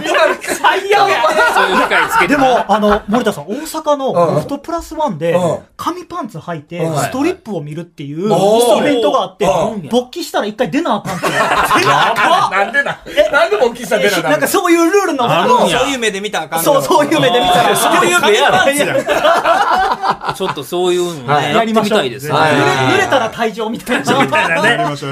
[SPEAKER 2] で、
[SPEAKER 4] 最でも、あの、森田さん、大阪のロフトプラスワンで、紙パンツ履いて、
[SPEAKER 2] うん
[SPEAKER 4] ストリップを見るっていうイ
[SPEAKER 2] おー
[SPEAKER 4] ベントがあって
[SPEAKER 2] う、
[SPEAKER 4] 勃起したら一回出なあかんって。
[SPEAKER 2] なんでな、なんでも大きさ出な
[SPEAKER 4] なんかそういうルールの
[SPEAKER 2] あるんや
[SPEAKER 5] そういう目で見たらあかん
[SPEAKER 4] そう、そういう目で見たら。
[SPEAKER 5] そういう目やろ。
[SPEAKER 3] ちょっとそういうの
[SPEAKER 4] はい
[SPEAKER 3] ね、やってみたいですね。
[SPEAKER 4] 濡れ濡れたら退場みたいな。
[SPEAKER 3] ちょっ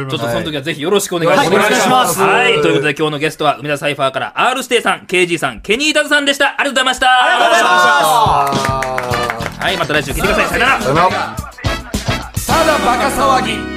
[SPEAKER 3] とその時はぜひよろしくお願いします。
[SPEAKER 4] はいお願いします
[SPEAKER 3] はい、ということで今日のゲストは、梅田サイファーから R ステイさん、KG さん、ケニーダズさんでした。ありがとうございました。ありがとうございました。はい、また来週聞いてください。さよなら。
[SPEAKER 2] ただバカ騒ぎ